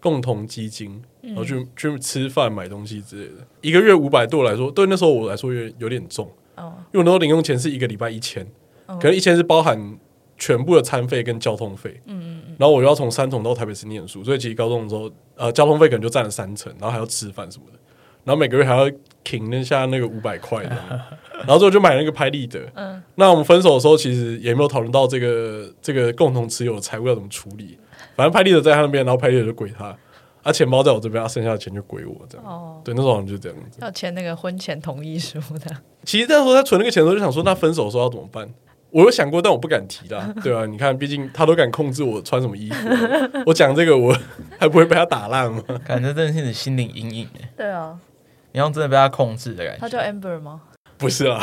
[SPEAKER 2] 共同基金，然后去、去吃饭、买东西之类的。一个月五百对我来说，对那时候我来说有有点重，
[SPEAKER 3] 哦
[SPEAKER 2] 因为我那时候零用钱是一个礼拜一千，
[SPEAKER 3] 哦
[SPEAKER 2] 可能一千是包含全部的餐费跟交通费，嗯然后我又要从三重到台北市念书，所以其实高中的时候，呃，交通费可能就占了三成，然后还要吃饭什么的，然后每个月还要停那下那个五百块的。 然后最后就买了那个拍立得。嗯，那我们分手的时候，其实也没有讨论到这个这个共同持有的财务要怎么处理。反正拍立得在他那边，然后拍立得就归他，啊，钱包在我这边，啊，剩下的钱就归我这样。
[SPEAKER 3] 哦
[SPEAKER 2] 对，那时候好像就这样子。
[SPEAKER 3] 要签那个婚前同意书的。
[SPEAKER 2] 其实那时候他存那个钱的时候，就想说，那分手的时候要怎么办？我有想过，但我不敢提啦，对啊，你看，毕竟他都敢控制我穿什么衣服了，我讲这个我还不会被他打烂吗？
[SPEAKER 1] 感觉真的是你的心灵阴影哎，
[SPEAKER 3] 对啊，
[SPEAKER 1] 你要真的被他控制的感
[SPEAKER 3] 他
[SPEAKER 1] 觉。
[SPEAKER 3] 叫 Amber 吗？
[SPEAKER 2] 不是啦，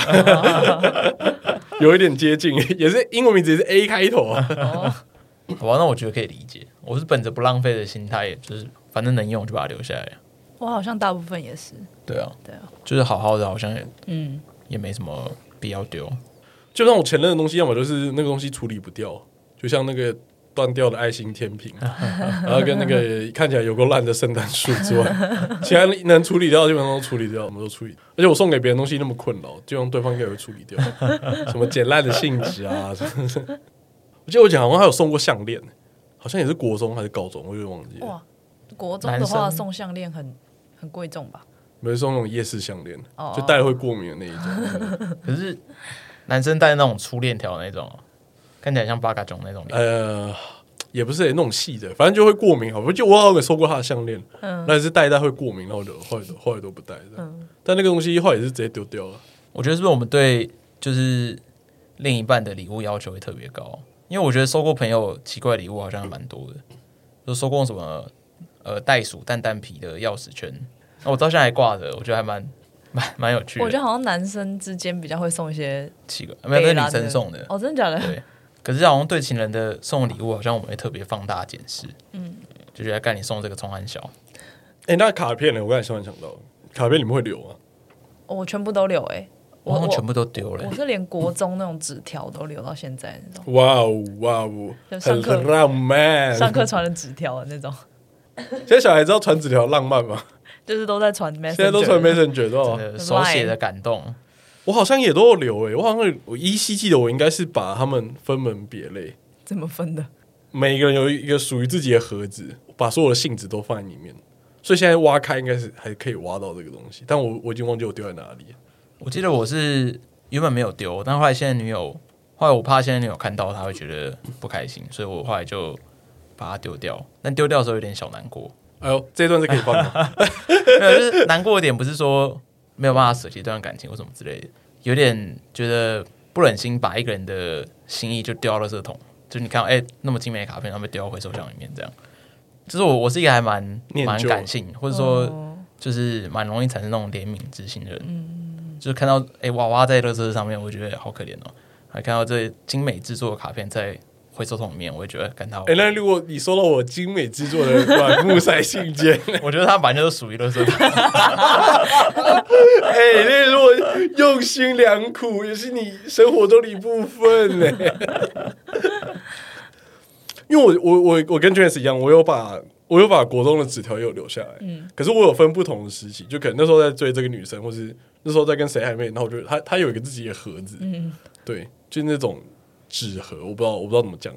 [SPEAKER 2] 有一点接近，也是英文名字也是 A 开头啊。
[SPEAKER 3] 哦，
[SPEAKER 1] 好吧，那我觉得可以理解。我是本着不浪费的心态，就是反正能用就把它留下来。
[SPEAKER 3] 我好像大部分也是。
[SPEAKER 1] 对啊，
[SPEAKER 3] 对啊，
[SPEAKER 1] 就是好好的，好像也
[SPEAKER 3] 嗯，
[SPEAKER 1] 也没什么必要丢。
[SPEAKER 2] 就像我前任的东西，要么就是那个东西处理不掉，就像那个断掉的爱心天 平，然后跟那个看起来有够烂的圣诞树之外， 其他能处理掉的基本上都处理掉，我们都处理。而且我送给别人东西那么困扰，就让对方应该也会处理 掉，什么捡烂的信纸啊。什么的我记得我讲好像还有送过项链，好像也是国中还是高中，我有点忘记了，
[SPEAKER 3] 哇，国中的话
[SPEAKER 1] 男生
[SPEAKER 3] 送项链很很贵重吧？
[SPEAKER 2] 没送那种夜市项链
[SPEAKER 3] 哦，
[SPEAKER 2] 就戴了会过敏的那一种。
[SPEAKER 1] 可是男生戴那种粗链条的那种，看起来像八嘎囧那种链，
[SPEAKER 2] 呃，也不是、那种细的，反正就会过敏。好，我就我好像收过他的项链，
[SPEAKER 3] 嗯
[SPEAKER 2] 那也是戴一戴会过敏，然后我就后来都后来都不戴这样。但那个东西后来也是直接丢掉了。
[SPEAKER 1] 我觉得是不是我们对就是另一半的礼物要求会特别高？因为我觉得收过朋友奇怪的礼物好像还蛮多的，就收过什么呃袋鼠蛋蛋皮的钥匙圈，那我到现在还挂着，我觉得还蛮蛮蛮有趣
[SPEAKER 3] 我觉
[SPEAKER 1] 的，
[SPEAKER 3] 得好像男生之间比较会送一些
[SPEAKER 1] 奇怪，没有那
[SPEAKER 3] 北
[SPEAKER 1] 是
[SPEAKER 3] 兰
[SPEAKER 1] 女生送的，
[SPEAKER 3] 哦，真的假的？
[SPEAKER 1] 对，可是好像对情人的送礼物，好像我们会特别放大检视，嗯，就觉得干你送这个冲安小，
[SPEAKER 2] 哎、那卡片呢？我刚才突然想到，卡片你们会留吗？
[SPEAKER 3] 我全部都留哎，
[SPEAKER 1] 我好
[SPEAKER 3] 我
[SPEAKER 1] 像哦全部都丢了
[SPEAKER 3] 我。是连国中那种纸条都留到现在 那种，
[SPEAKER 2] 哇哦哇哦，
[SPEAKER 3] 就上
[SPEAKER 2] 很
[SPEAKER 3] 课
[SPEAKER 2] 很浪
[SPEAKER 1] 哎
[SPEAKER 2] 漫。
[SPEAKER 3] 上课传的纸条的那种，
[SPEAKER 2] 现在小孩知道传纸条浪漫吗？
[SPEAKER 3] 就是都 在传 message。
[SPEAKER 2] 现在都传 Messenger 对吧？
[SPEAKER 1] 真的呃手写的感动，
[SPEAKER 2] 我好像也都有留诶、我好像有我依稀记得我应该是把他们分门别类，
[SPEAKER 3] 怎么分的？
[SPEAKER 2] 每一个人有一个属于自己的盒子，把所有的信纸都放在里面。所以现在挖开应该是还可以挖到这个东西，但我我已经忘记我丢在哪里了。
[SPEAKER 1] 我记得我是原本没有丢，但后来现在女友，后来我怕现在女友看到，她会觉得不开心，所以我后来就把它丢掉。但丢掉的时候有点小难过，
[SPEAKER 2] 哎呦，这一段是可以放的，
[SPEAKER 1] 没有，就是难过的点不是说没有办法舍弃一段感情或什么之类的，有点觉得不忍心把一个人的心意就丢到垃圾桶。就你看，哎、那么精美的卡片，然后被丢到回收箱里面，这样。就是我，我是一个还蛮
[SPEAKER 2] 念
[SPEAKER 1] 蛮
[SPEAKER 2] 旧
[SPEAKER 1] 感性，或者说就是蛮容易产生那种怜悯之心的人。就是看到哎、娃娃在垃圾上面，我觉得好可怜哦。还看到这精美制作的卡片在回收桶里面，我也觉得感到。
[SPEAKER 2] 哎、那如果你收到我精美制作的软木塞信件，
[SPEAKER 1] 我觉得他反正就是属于垃圾桶。
[SPEAKER 2] 哎、那如果用心良苦，也是你生活中的一部分呢、 因为我我我我跟 James 一样，我有把我有把国中的纸条也有留下来，可是我有分不同的时期，就可能那时候在追这个女生，或是那时候在跟谁暧昧，然后我就他他有一个自己的盒子，对，就那种纸盒，我不知道我不知道怎么讲，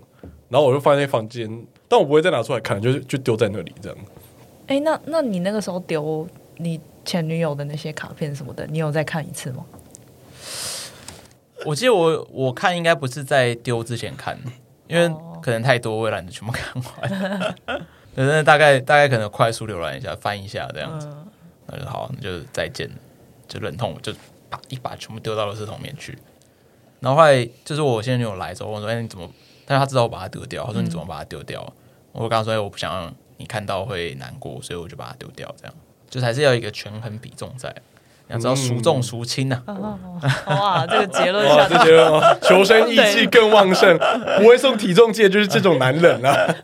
[SPEAKER 2] 然后我就放在房间，但我不会再拿出来看，就是就丢在那里这样。
[SPEAKER 3] 哎、那那你那个时候丢你前女友的那些卡片什么的，你有再看一次吗？
[SPEAKER 1] 我记得我我看应该不是在丢之前看，因为
[SPEAKER 3] 哦
[SPEAKER 1] 可能太多，我也懒得全部看完。 对，那大概大概可能快速浏览一下，翻一下这样子，
[SPEAKER 3] 嗯，
[SPEAKER 1] 那就好，那就再见，就忍痛就把一把全部丢到垃圾桶里面去。然后后来就是我现在女友来之后，我说：“哎、你怎么？”但是她知道我把它丢掉，她说：“你怎么把它丢掉？”我跟她说：“哎、我不想让你看到会难过，所以我就把它丢掉。”这样就是还是要有一个权衡比重在，你要知道孰重孰轻啊。
[SPEAKER 3] 哇，这个结论
[SPEAKER 2] 哇，
[SPEAKER 3] 下
[SPEAKER 2] 这些人哦，求生意志更旺盛，不会送体重计的就是这种男人啊。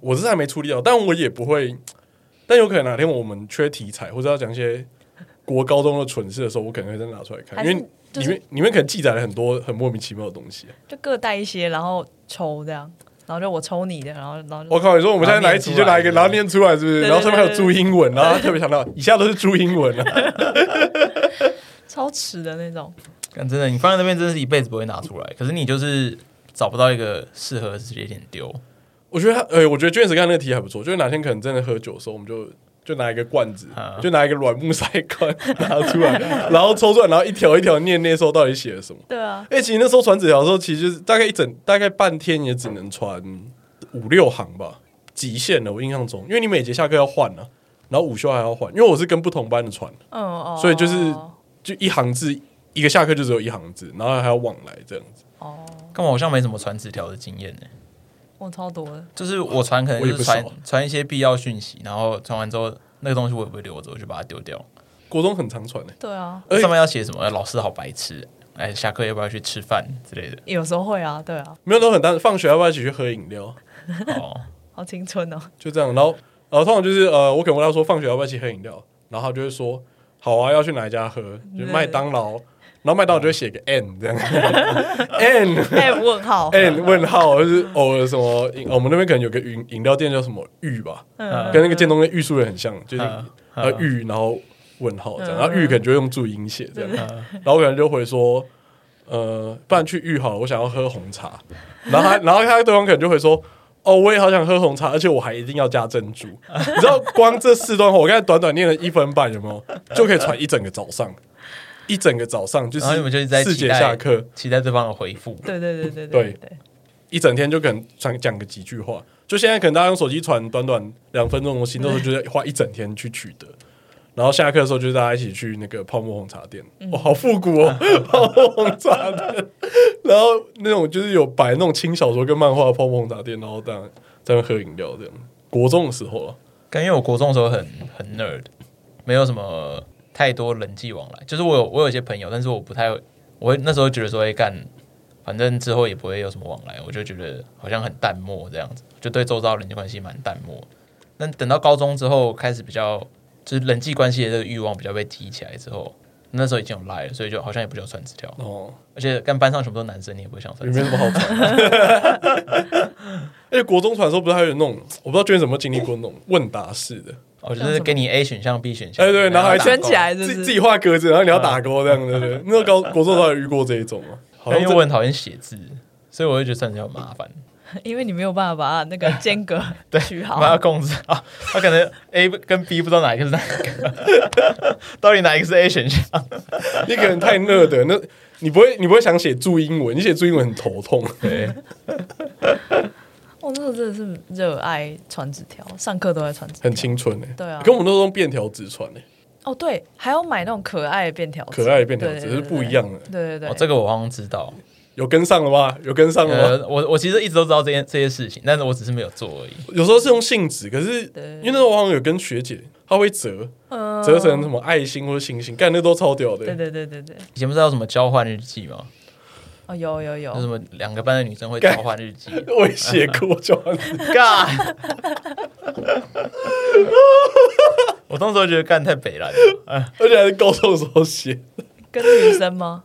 [SPEAKER 2] 我是还没处理好，但我也不会。但有可能哪天我们缺题材，或者要讲一些国高中的蠢事的时候，我可能会再拿出来看，
[SPEAKER 3] 还
[SPEAKER 2] 因
[SPEAKER 3] 是
[SPEAKER 2] 为
[SPEAKER 3] 就
[SPEAKER 2] 里
[SPEAKER 3] 是
[SPEAKER 2] 面里面可能记载了很多很莫名其妙的东西。啊
[SPEAKER 3] 就各带一些，然后抽这样，然后就我抽你的，然后然后
[SPEAKER 2] 我
[SPEAKER 3] 就
[SPEAKER 2] 靠，你说我们现在拿一集就 拿一个，然
[SPEAKER 1] 然
[SPEAKER 2] 后
[SPEAKER 1] 后
[SPEAKER 2] 念出来是不是？
[SPEAKER 3] 对对对
[SPEAKER 2] 啊然后上面还有注英文，然后特别强调以下都是注英文啊。
[SPEAKER 3] 超迟的那种。
[SPEAKER 1] 但真的，你放在那边真的是一辈子不会拿出来。可是你就是找不到一个适合的时间点丢。
[SPEAKER 2] 我觉得他，呃、我觉得卷子刚刚那个题还不错，就是哪天可能真的喝酒的时候，我们就就拿一个罐子，
[SPEAKER 1] 啊
[SPEAKER 2] 就拿一个软木塞罐拿出来，然后抽出来，然后一条一条念那时候到底写了什么。
[SPEAKER 3] 对啊，
[SPEAKER 2] 因为其实那时候传纸条的时候，其实就是大概一整大概半天也只能传五六行吧，极限了。我印象中，因为你每节下课要换啊，然后午休还要换，因为我是跟不同班的传，
[SPEAKER 3] 嗯哦，
[SPEAKER 2] 所以就是就一行字，一个下课就只有一行字，然后还要往来这样子。
[SPEAKER 3] 哦，
[SPEAKER 1] 但我好像没什么传纸条的经验呢、
[SPEAKER 3] 我超多的，
[SPEAKER 1] 就是我传可能就
[SPEAKER 2] 我也不
[SPEAKER 1] 是
[SPEAKER 2] 啊少
[SPEAKER 1] 传传一些必要讯息，然后传完之后那个东西我也不会留着，我就把它丢掉。
[SPEAKER 2] 国中很常传的、
[SPEAKER 3] 对啊，
[SPEAKER 2] 哎
[SPEAKER 1] 上面要写什么？老师好白痴，哎，下课要不要去吃饭之类的？
[SPEAKER 3] 有时候会啊，对啊，
[SPEAKER 2] 没有都很单，放学要不要一起去喝饮料？
[SPEAKER 1] 哦，
[SPEAKER 3] 好青春 哦，
[SPEAKER 2] 就这样。然后，然后通常就是呃，我可能问他说放学要不要一起喝饮料，然后他就会说好啊，要去哪一家喝，就麦当劳。然后麦当劳就会写个 N 这样 ，N
[SPEAKER 3] 哎，问号，
[SPEAKER 2] N 问号，就是偶尔什么饮，我们那边可能有个饮饮料店叫什么玉吧，
[SPEAKER 3] 嗯，
[SPEAKER 2] 跟那个建东的玉树人很像，就是
[SPEAKER 1] 嗯
[SPEAKER 2] 呃
[SPEAKER 1] 嗯
[SPEAKER 2] 玉，然后问号这样，
[SPEAKER 3] 嗯
[SPEAKER 2] 然后玉可能就会用注音写这样，
[SPEAKER 1] 嗯
[SPEAKER 2] 然后我可能就回说，呃，不然去玉好了，我想要喝红茶，然后他， 然后他对方可能就会说。哦，我也好想喝红茶，而且我还一定要加珍珠。你知道，光这四段话，我刚才短短念了一分半，有没有就可以传一整个早上，一整个早上就是
[SPEAKER 1] 然后你们就一直在
[SPEAKER 2] 四
[SPEAKER 1] 期
[SPEAKER 2] 节
[SPEAKER 1] 待
[SPEAKER 2] 下课，
[SPEAKER 1] 期待对方的回复。
[SPEAKER 3] 对对对对
[SPEAKER 2] 对
[SPEAKER 3] 对，
[SPEAKER 2] 一整天就可能讲讲个几句话。就现在可能大家用手机传短短两分钟的东西，那时候就是花一整天去取得。然后下课的时候，就是大家一起去那个泡沫红茶店，哇、好复古哦，泡沫红茶店。然后那种就是有摆那种轻小说跟漫画的泡沫红茶店，然后这样在那喝饮料这样。国中的时候啊，
[SPEAKER 1] 跟因为我国中的时候很很 nerd，没有什么太多人际往来。就是我有我有一些朋友，但是我不太，我会那时候觉得说，哎、干，反正之后也不会有什么往来，我就觉得好像很淡漠这样子，就对周遭人际关系蛮淡漠。但等到高中之后，开始比较就是人际关系的这个欲望比较被激起来之后，那时候已经有赖了，所以就好像也不需要传纸条，
[SPEAKER 2] 哦，
[SPEAKER 1] 而且跟班上全部都是男生，你也不会想
[SPEAKER 2] 也
[SPEAKER 1] 传
[SPEAKER 2] 没
[SPEAKER 1] 纸条。
[SPEAKER 2] 什么好传的。而且国中传的时候，不是还有那种，我不知道娟怎么经历过那种问答式的，
[SPEAKER 1] 哦，就是给你 A 选项、B 选项，
[SPEAKER 2] 哎对然后还
[SPEAKER 1] 打勾
[SPEAKER 3] 圈起来是嗯
[SPEAKER 2] 自
[SPEAKER 3] 不
[SPEAKER 2] 己自
[SPEAKER 3] 是？
[SPEAKER 2] 己画格子，然后你要打勾这样的。对那时候高国中的时候有遇过这一种吗？好
[SPEAKER 1] 但
[SPEAKER 2] 像
[SPEAKER 1] 哎因为我
[SPEAKER 2] 真
[SPEAKER 1] 很讨厌写字，所以我就觉得传纸条很麻烦。
[SPEAKER 3] 因为你没有办法把它那个间隔取好
[SPEAKER 1] 我。们要控制啊，他可能 A 跟 B 不知道哪一个是哪一 个，到底哪一个是 A 选项？
[SPEAKER 2] 你可能太热的，那你不会你不会想写注英文，你写注英文很头痛。
[SPEAKER 1] 对，
[SPEAKER 3] 我哦那时候真的是热爱传纸条，上课都在传纸条。
[SPEAKER 2] 很青春哎、
[SPEAKER 3] 对啊
[SPEAKER 2] 跟我们那时候用便条纸穿哎、
[SPEAKER 3] 哦，对，还要买那种可爱的便条纸，
[SPEAKER 2] 可爱的便条纸
[SPEAKER 3] 对对对
[SPEAKER 2] 是不一样的
[SPEAKER 3] 对对对，
[SPEAKER 1] 哦，这个我好像知道。
[SPEAKER 2] 有跟上了吗？有跟上了吗？
[SPEAKER 1] 呃，我我其实一直都知道这件这些事情，但是我只是没有做而已。
[SPEAKER 2] 有时候是用信纸，可是
[SPEAKER 3] 对
[SPEAKER 2] 因为那时候我好像有跟学姐，她会折
[SPEAKER 3] 嗯
[SPEAKER 2] 折成什么爱心或者星星，干那都超屌的、
[SPEAKER 3] 对对对对对，
[SPEAKER 1] 以前不是还有什么交换日记吗？
[SPEAKER 3] 哦，有有
[SPEAKER 1] 就什
[SPEAKER 3] 有，
[SPEAKER 1] 么两个班的女生会交换日记
[SPEAKER 2] 欸我也写过，就好 像
[SPEAKER 1] ，God！我当时候觉得干太北 蓝了，哎
[SPEAKER 2] 而且还是高中的时候写，
[SPEAKER 3] 跟女生吗？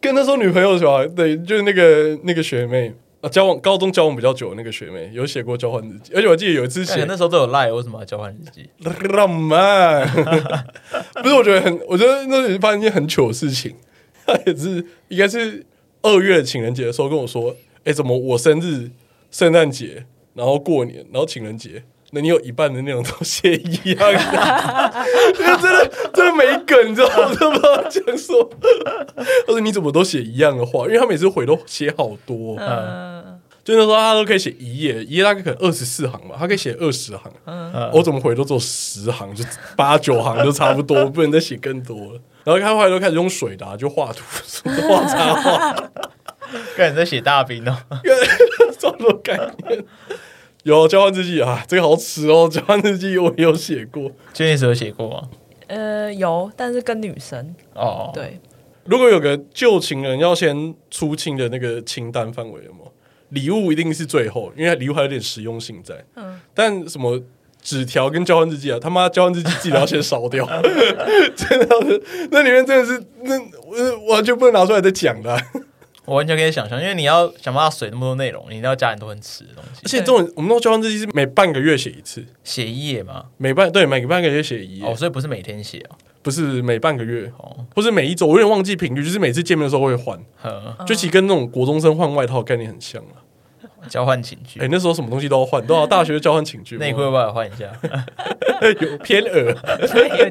[SPEAKER 2] 跟那时候女朋友小孩，对，就是那个那个学妹啊，交往高中交往比较久的那个学妹，有写过交换日记，而且我记得有一次
[SPEAKER 1] 感觉
[SPEAKER 2] 写
[SPEAKER 1] 那时候都有赖，为什么要交换日记？
[SPEAKER 2] 浪漫，不是我觉得很，我觉得那是发生一件很糗的事情，她也是应该是二月情人节的时候跟我说，哎、怎么我生日、圣诞节，然后过年，然后情人节。那你有一半的内容都写一样的，因为真的真的没梗，你知道吗？我都不知道讲什么。他说你怎么都写一样的话？因为他每次回都写好多，
[SPEAKER 3] 嗯，
[SPEAKER 2] 就那时候他都可以写一页，一页大概可能二十四行吧，他可以写二十行。
[SPEAKER 1] 嗯
[SPEAKER 2] 我怎么回都只有十行，就八九行就差不多，不能再写更多了。然后他后来都开始用水的啊、就画图、 画插画，
[SPEAKER 1] 干你在写大兵 哦，
[SPEAKER 2] 这种概念。有交换日记啊，这个好吃哦！交换日记我也有写过。
[SPEAKER 1] 就那时候写过吗？
[SPEAKER 3] 呃，有，但是跟女生，
[SPEAKER 1] 哦，，
[SPEAKER 3] 对，
[SPEAKER 2] 如果有个旧情人要先出清的那个清单范围了吗？礼物一定是最后，因为礼物还有点实用性在。
[SPEAKER 3] 嗯
[SPEAKER 2] 但什么纸条跟交换日记啊，他妈交换日记记得要先烧掉， 真的是那里面真的是那我完全不能拿出来再讲的啊、
[SPEAKER 1] 我完全可以想象，因为你要想办法水那么多内容，你一定要加很多很吃的东西
[SPEAKER 2] 而。且这种我们那种交换日记是每半个月写一次，
[SPEAKER 1] 写一页嘛，
[SPEAKER 2] 每半对每半个月写一页，
[SPEAKER 1] 哦，所以不是每天写哦
[SPEAKER 2] 不是每半个月，
[SPEAKER 1] 哦，
[SPEAKER 2] 或是每一周，我有点忘记频率，就是每次见面的时候会换，
[SPEAKER 1] 呵，
[SPEAKER 2] 就其实跟那种国中生换外套的概念很像啊。
[SPEAKER 1] 交换情
[SPEAKER 2] 哎、
[SPEAKER 1] 绪，
[SPEAKER 2] 那时候什么东西都要换，都要大学交换寝具，
[SPEAKER 1] 内裤要不要换一下？
[SPEAKER 2] 有偏恶，
[SPEAKER 3] 有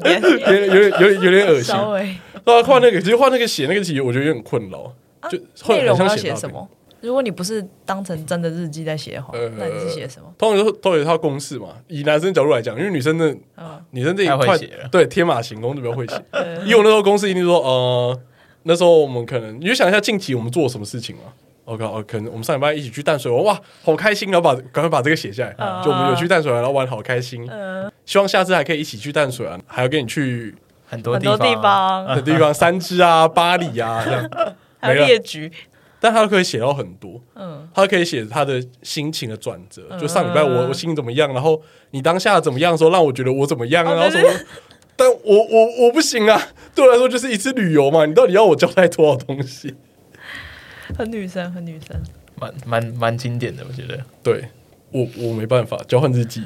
[SPEAKER 3] 点
[SPEAKER 2] 有点有点有点有点恶心。
[SPEAKER 3] 稍微。
[SPEAKER 2] 对啊，换那个，其实换那个写那个，其实我觉得有点困扰，就会
[SPEAKER 3] 啊内容
[SPEAKER 2] 很
[SPEAKER 3] 要
[SPEAKER 2] 像
[SPEAKER 3] 写
[SPEAKER 2] 大
[SPEAKER 3] 什
[SPEAKER 2] 便？
[SPEAKER 3] 么？如果你不是当成真的日记在写的话
[SPEAKER 2] 呃，
[SPEAKER 3] 那你是写什么？
[SPEAKER 2] 通常都都有一套公式嘛。以男生角度来讲，因为女生的
[SPEAKER 3] 嗯，
[SPEAKER 2] 女生这一
[SPEAKER 1] 太会
[SPEAKER 2] 块
[SPEAKER 1] 写了
[SPEAKER 2] 对天马行空就比较会 写。
[SPEAKER 3] 呃
[SPEAKER 2] 以我那时候公式一定说，呃，那时候我们可能你就想一下近期我们做了什么事情嘛。OK，哦，可能我们上礼拜一起去淡水玩，哇，好开心！然啊后把赶快把这个写下来，
[SPEAKER 3] 嗯
[SPEAKER 2] 就我们有去淡水玩，然后玩得好开心。希望下次还可以一起去淡水玩，还要跟你去
[SPEAKER 1] 很多
[SPEAKER 3] 很
[SPEAKER 1] 地方
[SPEAKER 3] 多
[SPEAKER 1] 啊，
[SPEAKER 3] 地方，
[SPEAKER 2] 的地方，三芝啊、巴黎啊这样。
[SPEAKER 3] 还
[SPEAKER 2] 没
[SPEAKER 3] 有
[SPEAKER 2] 了
[SPEAKER 3] 列举，
[SPEAKER 2] 但他可以写到很多，
[SPEAKER 3] 嗯，
[SPEAKER 2] 他可以写他的心情的转折，就上礼拜我我心情怎么样，然后你当下怎么样的时候，让我觉得我怎么样，
[SPEAKER 3] 哦
[SPEAKER 2] 然后什么
[SPEAKER 3] 对，
[SPEAKER 2] 但我我我不行啊，对我来说就是一次旅游嘛，你到底要我交代多少东西？
[SPEAKER 3] 很女生，很女生。
[SPEAKER 1] 蛮蛮蛮经典的，我觉得。
[SPEAKER 2] 对我我没办法交换日记，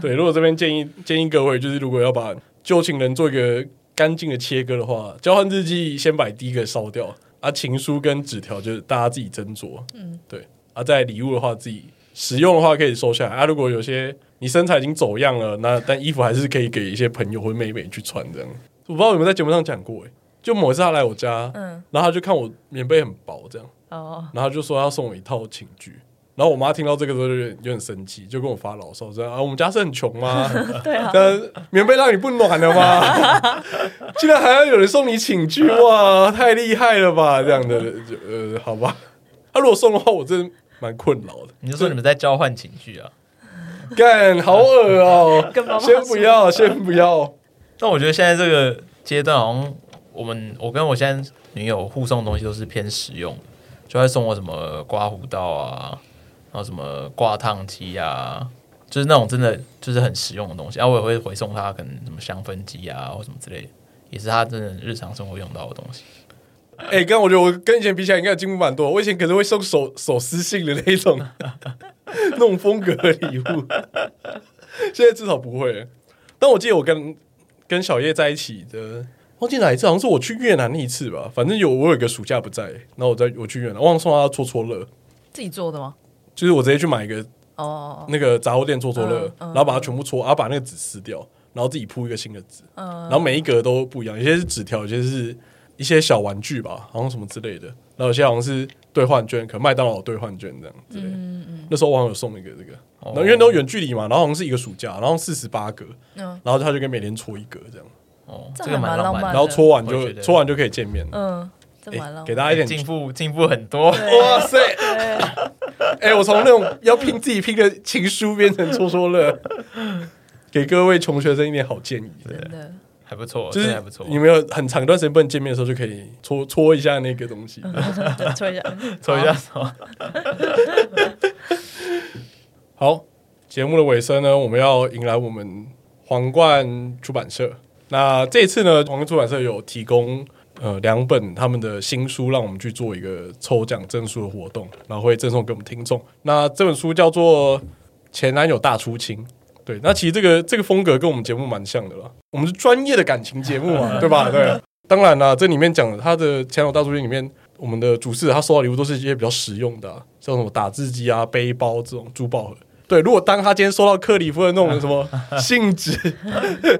[SPEAKER 2] 对，如果这边建议建议各位，就是如果要把旧情人做一个干净的切割的话，交换日记先把第一个烧掉啊，情书跟纸条就是大家自己斟酌，嗯，对啊，在礼物的话自己使用的话可以收下来啊，如果有些你身材已经走样了，那但衣服还是可以给一些朋友或妹妹去穿这样。我不知道有没有在节目上讲过、欸，就某一次他来我家，
[SPEAKER 3] 嗯
[SPEAKER 2] 然后他就看我棉被很薄这样。
[SPEAKER 3] 哦，
[SPEAKER 2] 然后他就说要送我一套寝具。然后我妈听到这个时候就有点有点生气，就跟我发牢骚说：“啊，我们家是很穷吗？
[SPEAKER 3] 对啊，
[SPEAKER 2] 呃，棉被让你不暖了吗？ 竟然还要有人送你寝具，哇，太厉害了吧！这样的，就呃，好吧。他、如果送的话，我真的蛮困扰的。
[SPEAKER 1] 你就说你们在交换情绪啊？
[SPEAKER 2] 干，好恶哦、
[SPEAKER 3] 跟妈妈说
[SPEAKER 2] 先不要，先不要。
[SPEAKER 1] 但我觉得现在这个阶段，好像我们我跟我现在女友互送的东西都是偏实用的，就会送我什么刮胡刀啊，然后什么挂烫机啊，就是那种真的就是很实用的东西。然、后我也会回送她可能什么香氛机啊或什么之类的，也是她真的日常生活用到的东西。
[SPEAKER 2] 哎、跟我觉得我跟以前比起来，应该有进步蛮多。我以前可能会送手手撕信的那一种， 那种风格的礼物，现在至少不会了。但我记得我跟跟小叶在一起的，忘记哪一次，好像是我去越南那一次吧。反正有我有一个暑假不在，然后我在我去越南，忘了送他戳戳乐，
[SPEAKER 3] 自己做的吗？
[SPEAKER 2] 就是我直接去买一个
[SPEAKER 3] 哦，
[SPEAKER 2] 那个杂货店做做乐，
[SPEAKER 3] 嗯嗯
[SPEAKER 2] 然后把它全部搓，然后把那个纸撕掉，然后自己铺一个新的纸，
[SPEAKER 3] 嗯
[SPEAKER 2] 然后每一格都不一样，有些是纸条，有些是一些小玩具吧，好像什么之类的，然后有些好像是兑换券，可能麦当劳兑换券这样之类的。
[SPEAKER 3] 嗯嗯
[SPEAKER 2] 那时候我好像有送一个这个，
[SPEAKER 1] 哦
[SPEAKER 2] 然后因为都远距离嘛，然后好像是一个暑
[SPEAKER 3] 哦
[SPEAKER 2] 假，然后四十八格，
[SPEAKER 3] 嗯
[SPEAKER 2] 然后他就跟每天搓一格这样，
[SPEAKER 1] 哦，
[SPEAKER 3] 这
[SPEAKER 1] 这个
[SPEAKER 3] 还蛮
[SPEAKER 1] 浪
[SPEAKER 3] 浪漫
[SPEAKER 1] 漫
[SPEAKER 2] 然
[SPEAKER 1] 的，
[SPEAKER 2] 后搓完
[SPEAKER 1] 我
[SPEAKER 2] 就
[SPEAKER 1] 也觉得
[SPEAKER 2] 搓完就可以见面了。
[SPEAKER 3] 嗯，这蛮
[SPEAKER 2] 诶
[SPEAKER 3] 浪
[SPEAKER 2] 给
[SPEAKER 3] 漫。
[SPEAKER 2] 大家一点
[SPEAKER 1] 进步进步很多，
[SPEAKER 2] 哇塞！
[SPEAKER 3] 对，
[SPEAKER 2] 哎、我从那种要拼自己拼的情书变成戳戳乐，给各位穷学生一点好建议。
[SPEAKER 3] 真的，
[SPEAKER 1] 还不错，
[SPEAKER 2] 就
[SPEAKER 1] 真的
[SPEAKER 2] 是
[SPEAKER 1] 还不错，
[SPEAKER 2] 你们有很长一段时间不能见面的时候，就可以戳戳一下那个东西。
[SPEAKER 3] 对搓一 下，嗯
[SPEAKER 1] 抽一下，手，
[SPEAKER 2] 好，节目的尾声呢，我们要迎来我们皇冠出版社。那这一次呢，皇冠出版社有提供呃两本他们的新书，让我们去做一个抽奖证书的活动，然后会赠送给我们听众。那这本书叫做《前男友大出清》。对，那其实这个这个风格跟我们节目蛮像的啦。我们是专业的感情节目啊嘛，对吧？对。当然啦，这里面讲的他的《前男友大出清》里面，我们的主事人他收到礼物都是一些比较实用的啊、像什么打字机啊、背包这种珠宝盒。对，如果当他今天收到克里夫的那种什么信纸、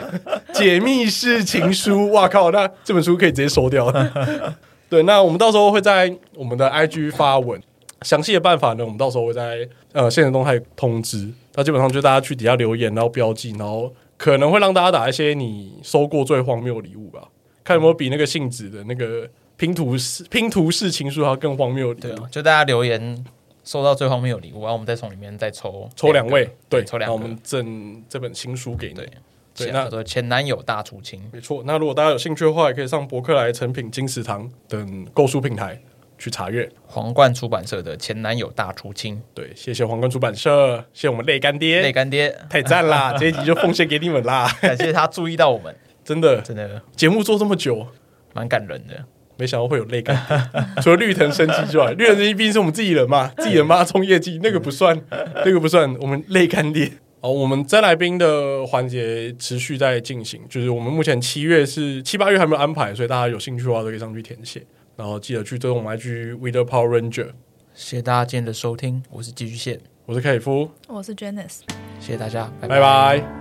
[SPEAKER 2] 解密式情书，哇靠，那这本书可以直接收掉了。 对，那我们到时候会在我们的 IG 发文，详细的办法呢，我们到时候会在呃现实动态通知。那基本上就大家去底下留言，然后标记，然后可能会让大家打一些你收过最荒谬的礼物吧，看有没有比那个信纸的那个拼图 式拼图式情书还要更荒谬的
[SPEAKER 1] 对
[SPEAKER 2] 礼物
[SPEAKER 1] 啊。，就大家留言收到最后面有礼物，然后我们再从里面再抽
[SPEAKER 2] 抽两位
[SPEAKER 1] 个，
[SPEAKER 2] 对，
[SPEAKER 1] 啊抽两
[SPEAKER 2] 然后我
[SPEAKER 1] 个
[SPEAKER 2] 们赠这本新书给你。
[SPEAKER 1] 对
[SPEAKER 2] 对
[SPEAKER 1] 前
[SPEAKER 2] 那
[SPEAKER 1] 叫做前男友大出清，
[SPEAKER 2] 没错，那如果大家有兴趣的话，也可以上博客来、成品、金石堂等购书平台去查阅。
[SPEAKER 1] 皇冠出版社的前男友大出清，
[SPEAKER 2] 对，谢谢皇冠出版社，谢谢我们泪干
[SPEAKER 1] 泪
[SPEAKER 2] 爹，
[SPEAKER 1] 干 爹，
[SPEAKER 2] 太赞啦！这一集就奉献给你们啦，
[SPEAKER 1] 感谢他注意到我们，
[SPEAKER 2] 真的，
[SPEAKER 1] 真的
[SPEAKER 2] 节目做这么久，
[SPEAKER 1] 蛮感人的。
[SPEAKER 2] 没想到会有泪干 爹。除了绿藤生机之外，绿藤生机毕竟是我们自己人嘛，自己人帮他冲业绩，那个不算，那个不算，我们泪干爹。好，我们真来宾的环节持续在进行，就是我们目前七月是七八月还没有安排，所以大家有兴趣的话都可以上去填写，然后记得去追踪我们 IG w e t h e Power Ranger。
[SPEAKER 1] 谢谢大家今天的收听，我是寄居蟹，
[SPEAKER 2] 我是凯里夫，
[SPEAKER 3] 我是 Janice。
[SPEAKER 1] 谢谢大家，
[SPEAKER 2] 拜拜